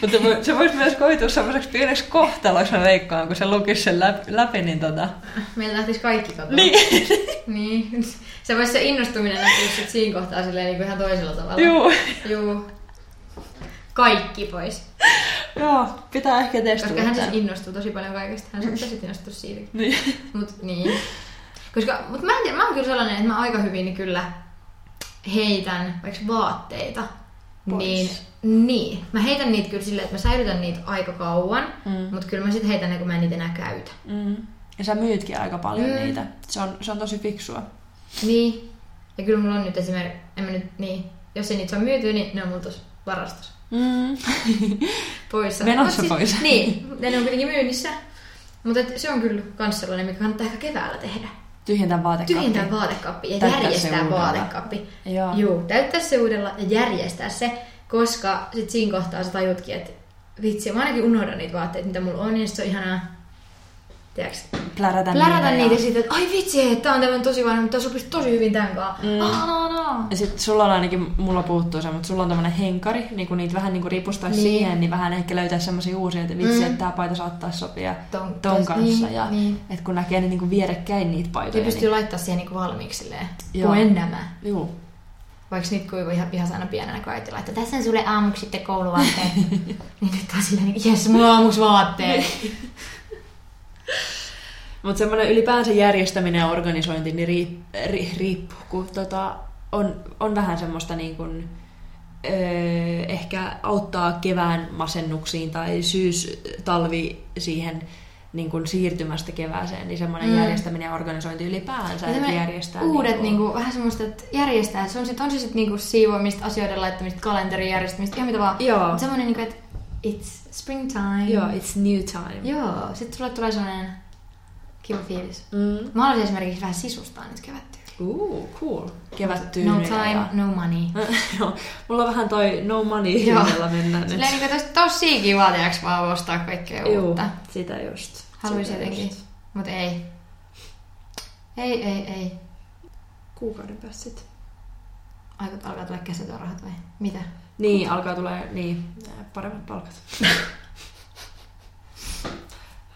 [SPEAKER 1] Mutta voi- se voisi myös koitua semmoiseksi pieneksi kohtaloksi, mä veikkaan, kun se lukisi sen läpi, läpi niin tota...
[SPEAKER 2] Meillä lähtisi kaikki kotoa.
[SPEAKER 1] Niin,
[SPEAKER 2] niin. Se voisi se innostuminen näkyä sit siinä kohtaa silleen niin kuin ihan toisella tavalla.
[SPEAKER 1] juu.
[SPEAKER 2] Juu. Kaikki pois.
[SPEAKER 1] Joo, pitää ehkä testata.
[SPEAKER 2] Koska hän siis
[SPEAKER 1] tän.
[SPEAKER 2] innostuu tosi paljon kaikesta. Hän
[SPEAKER 1] Mm.
[SPEAKER 2] saattaisi innostua siitäkin.
[SPEAKER 1] Niin.
[SPEAKER 2] Mut niin. Koska, mut mä en tiedä, mä oon kyllä sellainen, että mä aika hyvin kyllä heitän vaikka vaatteita.
[SPEAKER 1] Pois.
[SPEAKER 2] Niin, niin. Mä heitän niitä kyllä silleen, että mä säilytän niitä aika kauan,
[SPEAKER 1] Mm.
[SPEAKER 2] mm. mutta kyllä mä sitten heitän ne, kun mä en niitä enää käytä.
[SPEAKER 1] Mm. Ja sä myytkin aika paljon mm.
[SPEAKER 2] Mm.
[SPEAKER 1] niitä. Se on, se on tosi fiksua.
[SPEAKER 2] Niin. Ja kyllä mulla on nyt esimerkiksi, en mä nyt, niin, jos ei niitä saa myytyä, niin ne on mulla tuossa varastossa.
[SPEAKER 1] Mm.
[SPEAKER 2] pois.
[SPEAKER 1] Menossa
[SPEAKER 2] Mut
[SPEAKER 1] pois.
[SPEAKER 2] Niin, ja ne on kuitenkin myynnissä. Mutta se on kyllä myös sellainen, mikä kannattaa ehkä keväällä tehdä.
[SPEAKER 1] Tyhjentää vaatekaappi.
[SPEAKER 2] Tyhjentää vaatekaappi ja
[SPEAKER 1] Täyttää se
[SPEAKER 2] järjestää
[SPEAKER 1] uudella.
[SPEAKER 2] vaatekaappi.
[SPEAKER 1] Joo.
[SPEAKER 2] Juu, täyttää se uudella ja järjestää se, koska sit siinä kohtaa sä tajutkin, että vitsi, mä ainakin unohdan niitä vaatteita, mitä mulla on, ja sit se on ihanaa, tiedäks,
[SPEAKER 1] Plärätä,
[SPEAKER 2] plärätä
[SPEAKER 1] ja-
[SPEAKER 2] niitä ja... siitä, että ai vitsi, että tää on tämmönen tosi vanha, mutta tää sopisi tosi hyvin tämän kanssa. Mm. Ah, no, no.
[SPEAKER 1] Ja sit sulla on ainakin, mulla puuttuu se, mutta sulla on tämmönen henkari, niin kun niitä vähän niin ripustaisi
[SPEAKER 2] Niin.
[SPEAKER 1] siihen, niin vähän ehkä löytää semmoisia uusia, että vitsi, mm.
[SPEAKER 2] Mm.
[SPEAKER 1] että tää paita saattaisi sopia ton,
[SPEAKER 2] Ton-
[SPEAKER 1] ton
[SPEAKER 2] tos-
[SPEAKER 1] kanssa.
[SPEAKER 2] niin,
[SPEAKER 1] ja
[SPEAKER 2] niin.
[SPEAKER 1] et kun näkee ne niinku vierekkäin niitä
[SPEAKER 2] Ja
[SPEAKER 1] paitoja.
[SPEAKER 2] pystyy laittaa siihen niinku valmiiksi silleen,
[SPEAKER 1] Joo.
[SPEAKER 2] koen nämä.
[SPEAKER 1] niin, juu.
[SPEAKER 2] Vaikka niitä kuivui ihan pihassa aina pienenä, kun äiti laittoi, tässä on sulle aamuksi sitten kouluvaatteet. niin nyt on silleen, jes, mulla on aamuksi vaatteet.
[SPEAKER 1] Mutta semmoinen ylipäänsä järjestäminen ja organisointi, niin riip, ri, riippuu, kun tota, on, on vähän semmoista niin kuin, öö, ehkä auttaa kevään masennuksiin tai syys-talvi siihen niin kuin siirtymästä kevääseen, niin semmoinen mm.
[SPEAKER 2] Mm.
[SPEAKER 1] järjestäminen ja organisointi ylipäänsä, että
[SPEAKER 2] Tämmönen
[SPEAKER 1] järjestää
[SPEAKER 2] Uudet, niin kuin, vähän semmoista, että järjestää. Se on, sit, on se sitten niinku siivoamista, asioiden laittamista, kalenterin järjestämistä, ihan mitä vaan.
[SPEAKER 1] Joo.
[SPEAKER 2] Mut Semmoinen, niinku, että it's springtime.
[SPEAKER 1] Joo, it's new time.
[SPEAKER 2] Joo. Sitten sulle tulee semmoinen kiva fiilis.
[SPEAKER 1] Mm.
[SPEAKER 2] Mä haluaisin esimerkiksi vähän sisustaa nyt kevättyyliä.
[SPEAKER 1] Ooh, cool. Kevättyyny.
[SPEAKER 2] No time, no money.
[SPEAKER 1] Joo, mulla on vähän toi no money
[SPEAKER 2] Joo.
[SPEAKER 1] jolla mennään nyt.
[SPEAKER 2] Silleen niinku, että olisi tosi kiva, tiedäks vaan ostaa kaikkea
[SPEAKER 1] Joo,
[SPEAKER 2] uutta.
[SPEAKER 1] sitä just.
[SPEAKER 2] Haluaisin
[SPEAKER 1] Sitä
[SPEAKER 2] jotenkin.
[SPEAKER 1] just.
[SPEAKER 2] Mut ei. Ei, ei, ei.
[SPEAKER 1] kuukauden päästä sitten.
[SPEAKER 2] Aikot alkaa tulla kesätyörahat vai mitä?
[SPEAKER 1] Niin, alkaa tulee niin, paremmat palkat.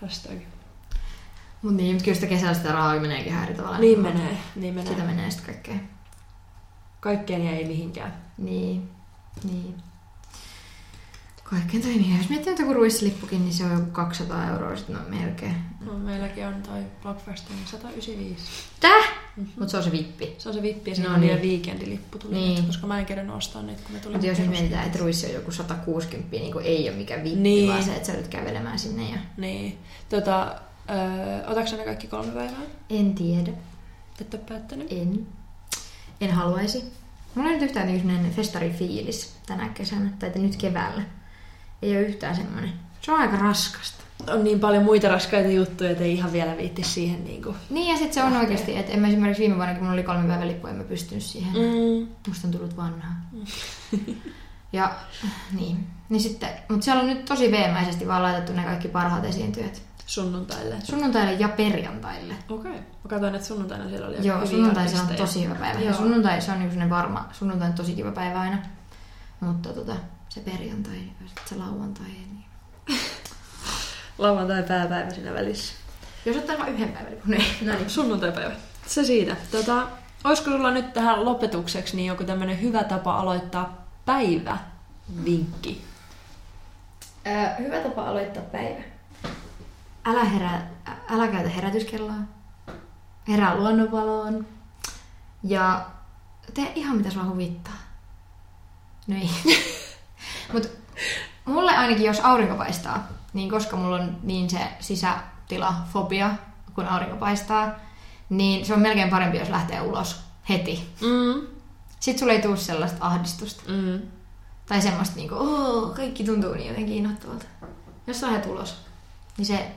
[SPEAKER 1] Hashtag.
[SPEAKER 2] Mut niin, mut kyllä sitä kesällä sitä rahaa meneekin häiri tavallaan.
[SPEAKER 1] Niin menee, niin menee.
[SPEAKER 2] Sitä menee sitten kaikkea.
[SPEAKER 1] Kaikkeen ei mihinkään.
[SPEAKER 2] Niin, niin. Kaikkeen toi niin. Jos miettii nyt joku ruisslippukin, niin se on joku 200 euroa sitten no melkein.
[SPEAKER 1] No meilläkin on toi niin Blockfestin 195.
[SPEAKER 2] Täh? Mut se on se vippi.
[SPEAKER 1] Mhm. Se on se vippi ja
[SPEAKER 2] No
[SPEAKER 1] siinä on
[SPEAKER 2] niin.
[SPEAKER 1] vielä viikendilippu tuli,
[SPEAKER 2] Niin.
[SPEAKER 1] nyt, koska mä en kerännyt ostaa niitä, kun ne tuli.
[SPEAKER 2] Mutta jos nyt
[SPEAKER 1] perus-
[SPEAKER 2] mietitään, että ruissi on joku 160, niin kuin ei ole mikään vippi,
[SPEAKER 1] Niin.
[SPEAKER 2] niin. vaan se, että sä joudut kävelemään sinne ja...
[SPEAKER 1] Niin. Tota, öö, otaks ne kaikki kolme päivää?
[SPEAKER 2] En tiedä.
[SPEAKER 1] Et oo päättänyt?
[SPEAKER 2] En. En haluaisi. Mulla ei nyt yhtään niinku semmoinen festarifiilis tänä kesänä, tai nyt keväällä. Ei ole yhtään semmoinen. Se on aika raskasta.
[SPEAKER 1] On niin paljon muita raskaita juttuja, että ei ihan vielä viitti siihen niinku.
[SPEAKER 2] Niin ja sitten se on oikeasti, että en mä esimerkiksi viime vuonna, kun mulla oli kolme päivää lippu, en mä pystynyt siihen.
[SPEAKER 1] Mm.
[SPEAKER 2] Musta on tullut vanhaa. ja niin. niin sitten, mutta siellä on nyt tosi veemäisesti vaan laitettu ne kaikki parhaat esiintyjät.
[SPEAKER 1] Sunnuntaille.
[SPEAKER 2] Sunnuntaille ja perjantaille.
[SPEAKER 1] Okei. Okay. Mä katsoin, että sunnuntaina siellä oli aika
[SPEAKER 2] Joo,
[SPEAKER 1] hyviä
[SPEAKER 2] sunnuntai se on
[SPEAKER 1] artisteja.
[SPEAKER 2] tosi hyvä päivä.
[SPEAKER 1] Joo.
[SPEAKER 2] Ja sunnuntai se on niinku sellainen varma, sunnuntai on tosi kiva päivä aina. Mutta tota, se perjantai ja sitten se lauantai. Niin.
[SPEAKER 1] Lauantai pääpäivä siinä välissä.
[SPEAKER 2] Jos ottaa vain yhden päivän, niin no niin.
[SPEAKER 1] Sunnuntaipäivä. Se siitä. Tota, olisiko sulla nyt tähän lopetukseksi niin joku tämmöinen hyvä tapa aloittaa päivä vinkki?
[SPEAKER 2] Öö, hyvä tapa aloittaa päivä. Älä, herää, ä- älä käytä herätyskelloa. Herää luonnonvaloon. Ja tee ihan mitä sua huvittaa. No ei. Mut mulle ainakin, jos aurinko paistaa, niin koska mulla on niin se sisätilafobia, kun aurinko paistaa, niin se on melkein parempi, jos lähtee ulos heti.
[SPEAKER 1] Mm.
[SPEAKER 2] Sitten sulle ei tule sellaista ahdistusta.
[SPEAKER 1] Mm.
[SPEAKER 2] Tai semmoista niinku, "Oo, kaikki tuntuu niin jotenkin innoittavalta. Jos sä lähdet ulos, niin se,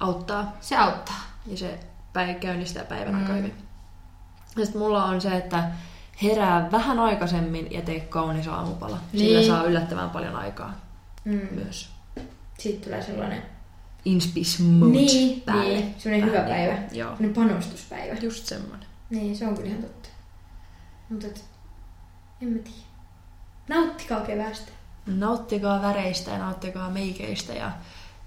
[SPEAKER 1] Auttaa.
[SPEAKER 2] se auttaa.
[SPEAKER 1] Ja se päivä käynnistää päivän mm. aika hyvin. Ja sitten mulla on se, että herää vähän aikaisemmin ja tee kaunis aamupala. Sillä
[SPEAKER 2] Niin.
[SPEAKER 1] saa yllättävän paljon aikaa
[SPEAKER 2] Mm.
[SPEAKER 1] myös.
[SPEAKER 2] Siitä tulee sellainen
[SPEAKER 1] Inspis mood
[SPEAKER 2] niin,
[SPEAKER 1] päälle.
[SPEAKER 2] niin, sellainen hyvä
[SPEAKER 1] Vähän niin.
[SPEAKER 2] päivä.
[SPEAKER 1] Joo.
[SPEAKER 2] Sellainen panostuspäivä.
[SPEAKER 1] Just semmonen.
[SPEAKER 2] Niin, se on kyllä ihan totta. Mutta en mä tiedä. Nauttikaa keväästä.
[SPEAKER 1] Nauttikaa väreistä ja nauttikaa meikeistä ja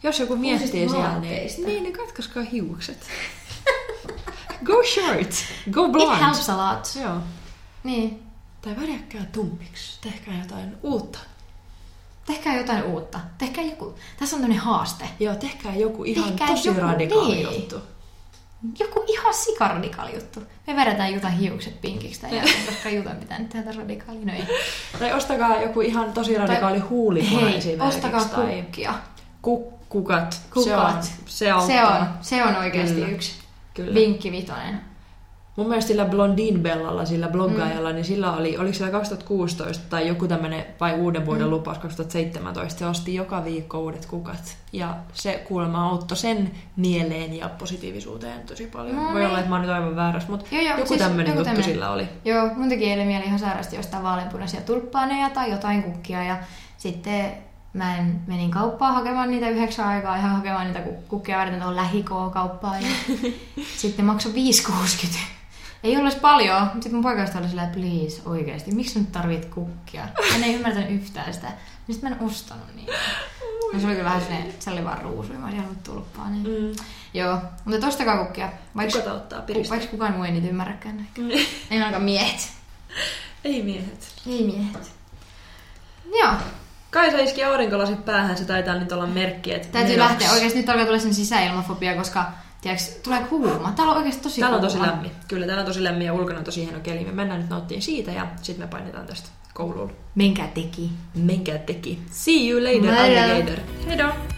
[SPEAKER 1] jos joku miettii
[SPEAKER 2] Uusista
[SPEAKER 1] siellä, niin,
[SPEAKER 2] vaatteista.
[SPEAKER 1] niin, niin katkaiskaa hiukset. go short, go
[SPEAKER 2] It
[SPEAKER 1] blonde.
[SPEAKER 2] helps a lot.
[SPEAKER 1] Joo.
[SPEAKER 2] Niin.
[SPEAKER 1] Tai värjäkkää tummiksi, tehkää jotain uutta.
[SPEAKER 2] Tehkää jotain uutta. Tehkää joku. Tässä on tämmöinen haaste.
[SPEAKER 1] Joo, tehkää joku ihan
[SPEAKER 2] Tehkää
[SPEAKER 1] tosi
[SPEAKER 2] joku,
[SPEAKER 1] radikaali
[SPEAKER 2] niin.
[SPEAKER 1] juttu.
[SPEAKER 2] Joku ihan sikaradikaali juttu. Me vedetään Jutan hiukset pinkiksi tämän jälkeen, koska Jutan pitää nyt tehdä radikaali. No ei.
[SPEAKER 1] Tai ostakaa joku ihan tosi radikaali huulikone
[SPEAKER 2] Hei,
[SPEAKER 1] esimerkiksi.
[SPEAKER 2] ostakaa
[SPEAKER 1] tai
[SPEAKER 2] kukkia.
[SPEAKER 1] kukkukat.
[SPEAKER 2] Kukat.
[SPEAKER 1] Se on,
[SPEAKER 2] Se on, se on oikeasti
[SPEAKER 1] Kyllä.
[SPEAKER 2] kyllä. yksi
[SPEAKER 1] Kyllä.
[SPEAKER 2] vinkki vitonen.
[SPEAKER 1] Mun mielestä sillä Blondin Bellalla, sillä bloggaajalla, mm. niin sillä oli, oliko sillä 2016 tai joku tämmöinen, vai uuden vuoden mm. lupaus 2017, se osti joka viikko uudet kukat. Ja se kuulemma auttoi sen mieleen ja positiivisuuteen tosi paljon.
[SPEAKER 2] No
[SPEAKER 1] Voi
[SPEAKER 2] niin.
[SPEAKER 1] olla, että mä oon nyt aivan väärässä, mutta
[SPEAKER 2] Joo, joo,
[SPEAKER 1] joku
[SPEAKER 2] siis
[SPEAKER 1] tämmöinen
[SPEAKER 2] joku
[SPEAKER 1] juttu
[SPEAKER 2] tämmönen.
[SPEAKER 1] sillä oli.
[SPEAKER 2] Joo, mun teki eilen mieli ihan sairaasti jostain vaaleanpunaisia tulppaaneja tai jotain kukkia ja sitten mä en, menin kauppaan hakemaan niitä yhdeksän aikaa, ihan hakemaan niitä ku- kukkia varten tuohon lähikoo-kauppaan ja sitten maksoi 5,60. Ei ollut edes paljon, mutta sitten mun poikaista oli sillä, että please, oikeasti, miksi sä nyt tarvit kukkia? Hän ei ymmärtänyt yhtään sitä. Sitten mä en ostanut niitä. No se oli kyllä vähän silleen, se oli vaan ruusu, mä olisin halunnut tulppaa. Niin.
[SPEAKER 1] Mm.
[SPEAKER 2] Joo, mutta tostakaa kukkia. Vaikka,
[SPEAKER 1] Kukat auttaa
[SPEAKER 2] ku-
[SPEAKER 1] piristää.
[SPEAKER 2] vaikka kukaan muu ei niitä ymmärräkään näin. Ei ainakaan miehet.
[SPEAKER 1] Ei miehet.
[SPEAKER 2] Ei miehet. Joo,
[SPEAKER 1] Kai se iski aurinkolasit päähän, se taitaa nyt olla merkki, että
[SPEAKER 2] täytyy
[SPEAKER 1] menoks.
[SPEAKER 2] lähteä. Oikeasti nyt alkaa tulla sen sisäilmafobia, koska tiiäks, tulee kuuma. Täällä on oikeasti tosi
[SPEAKER 1] Täällä on tosi
[SPEAKER 2] kuuma.
[SPEAKER 1] lämmin. Kyllä, täällä on tosi lämmin ja ulkona on tosi hieno keli. Me mennään nyt nauttiin siitä ja sitten me painetaan tästä kouluun.
[SPEAKER 2] Menkää teki.
[SPEAKER 1] Menkää teki. See you later,
[SPEAKER 2] Moi.
[SPEAKER 1] alligator. Hejdå!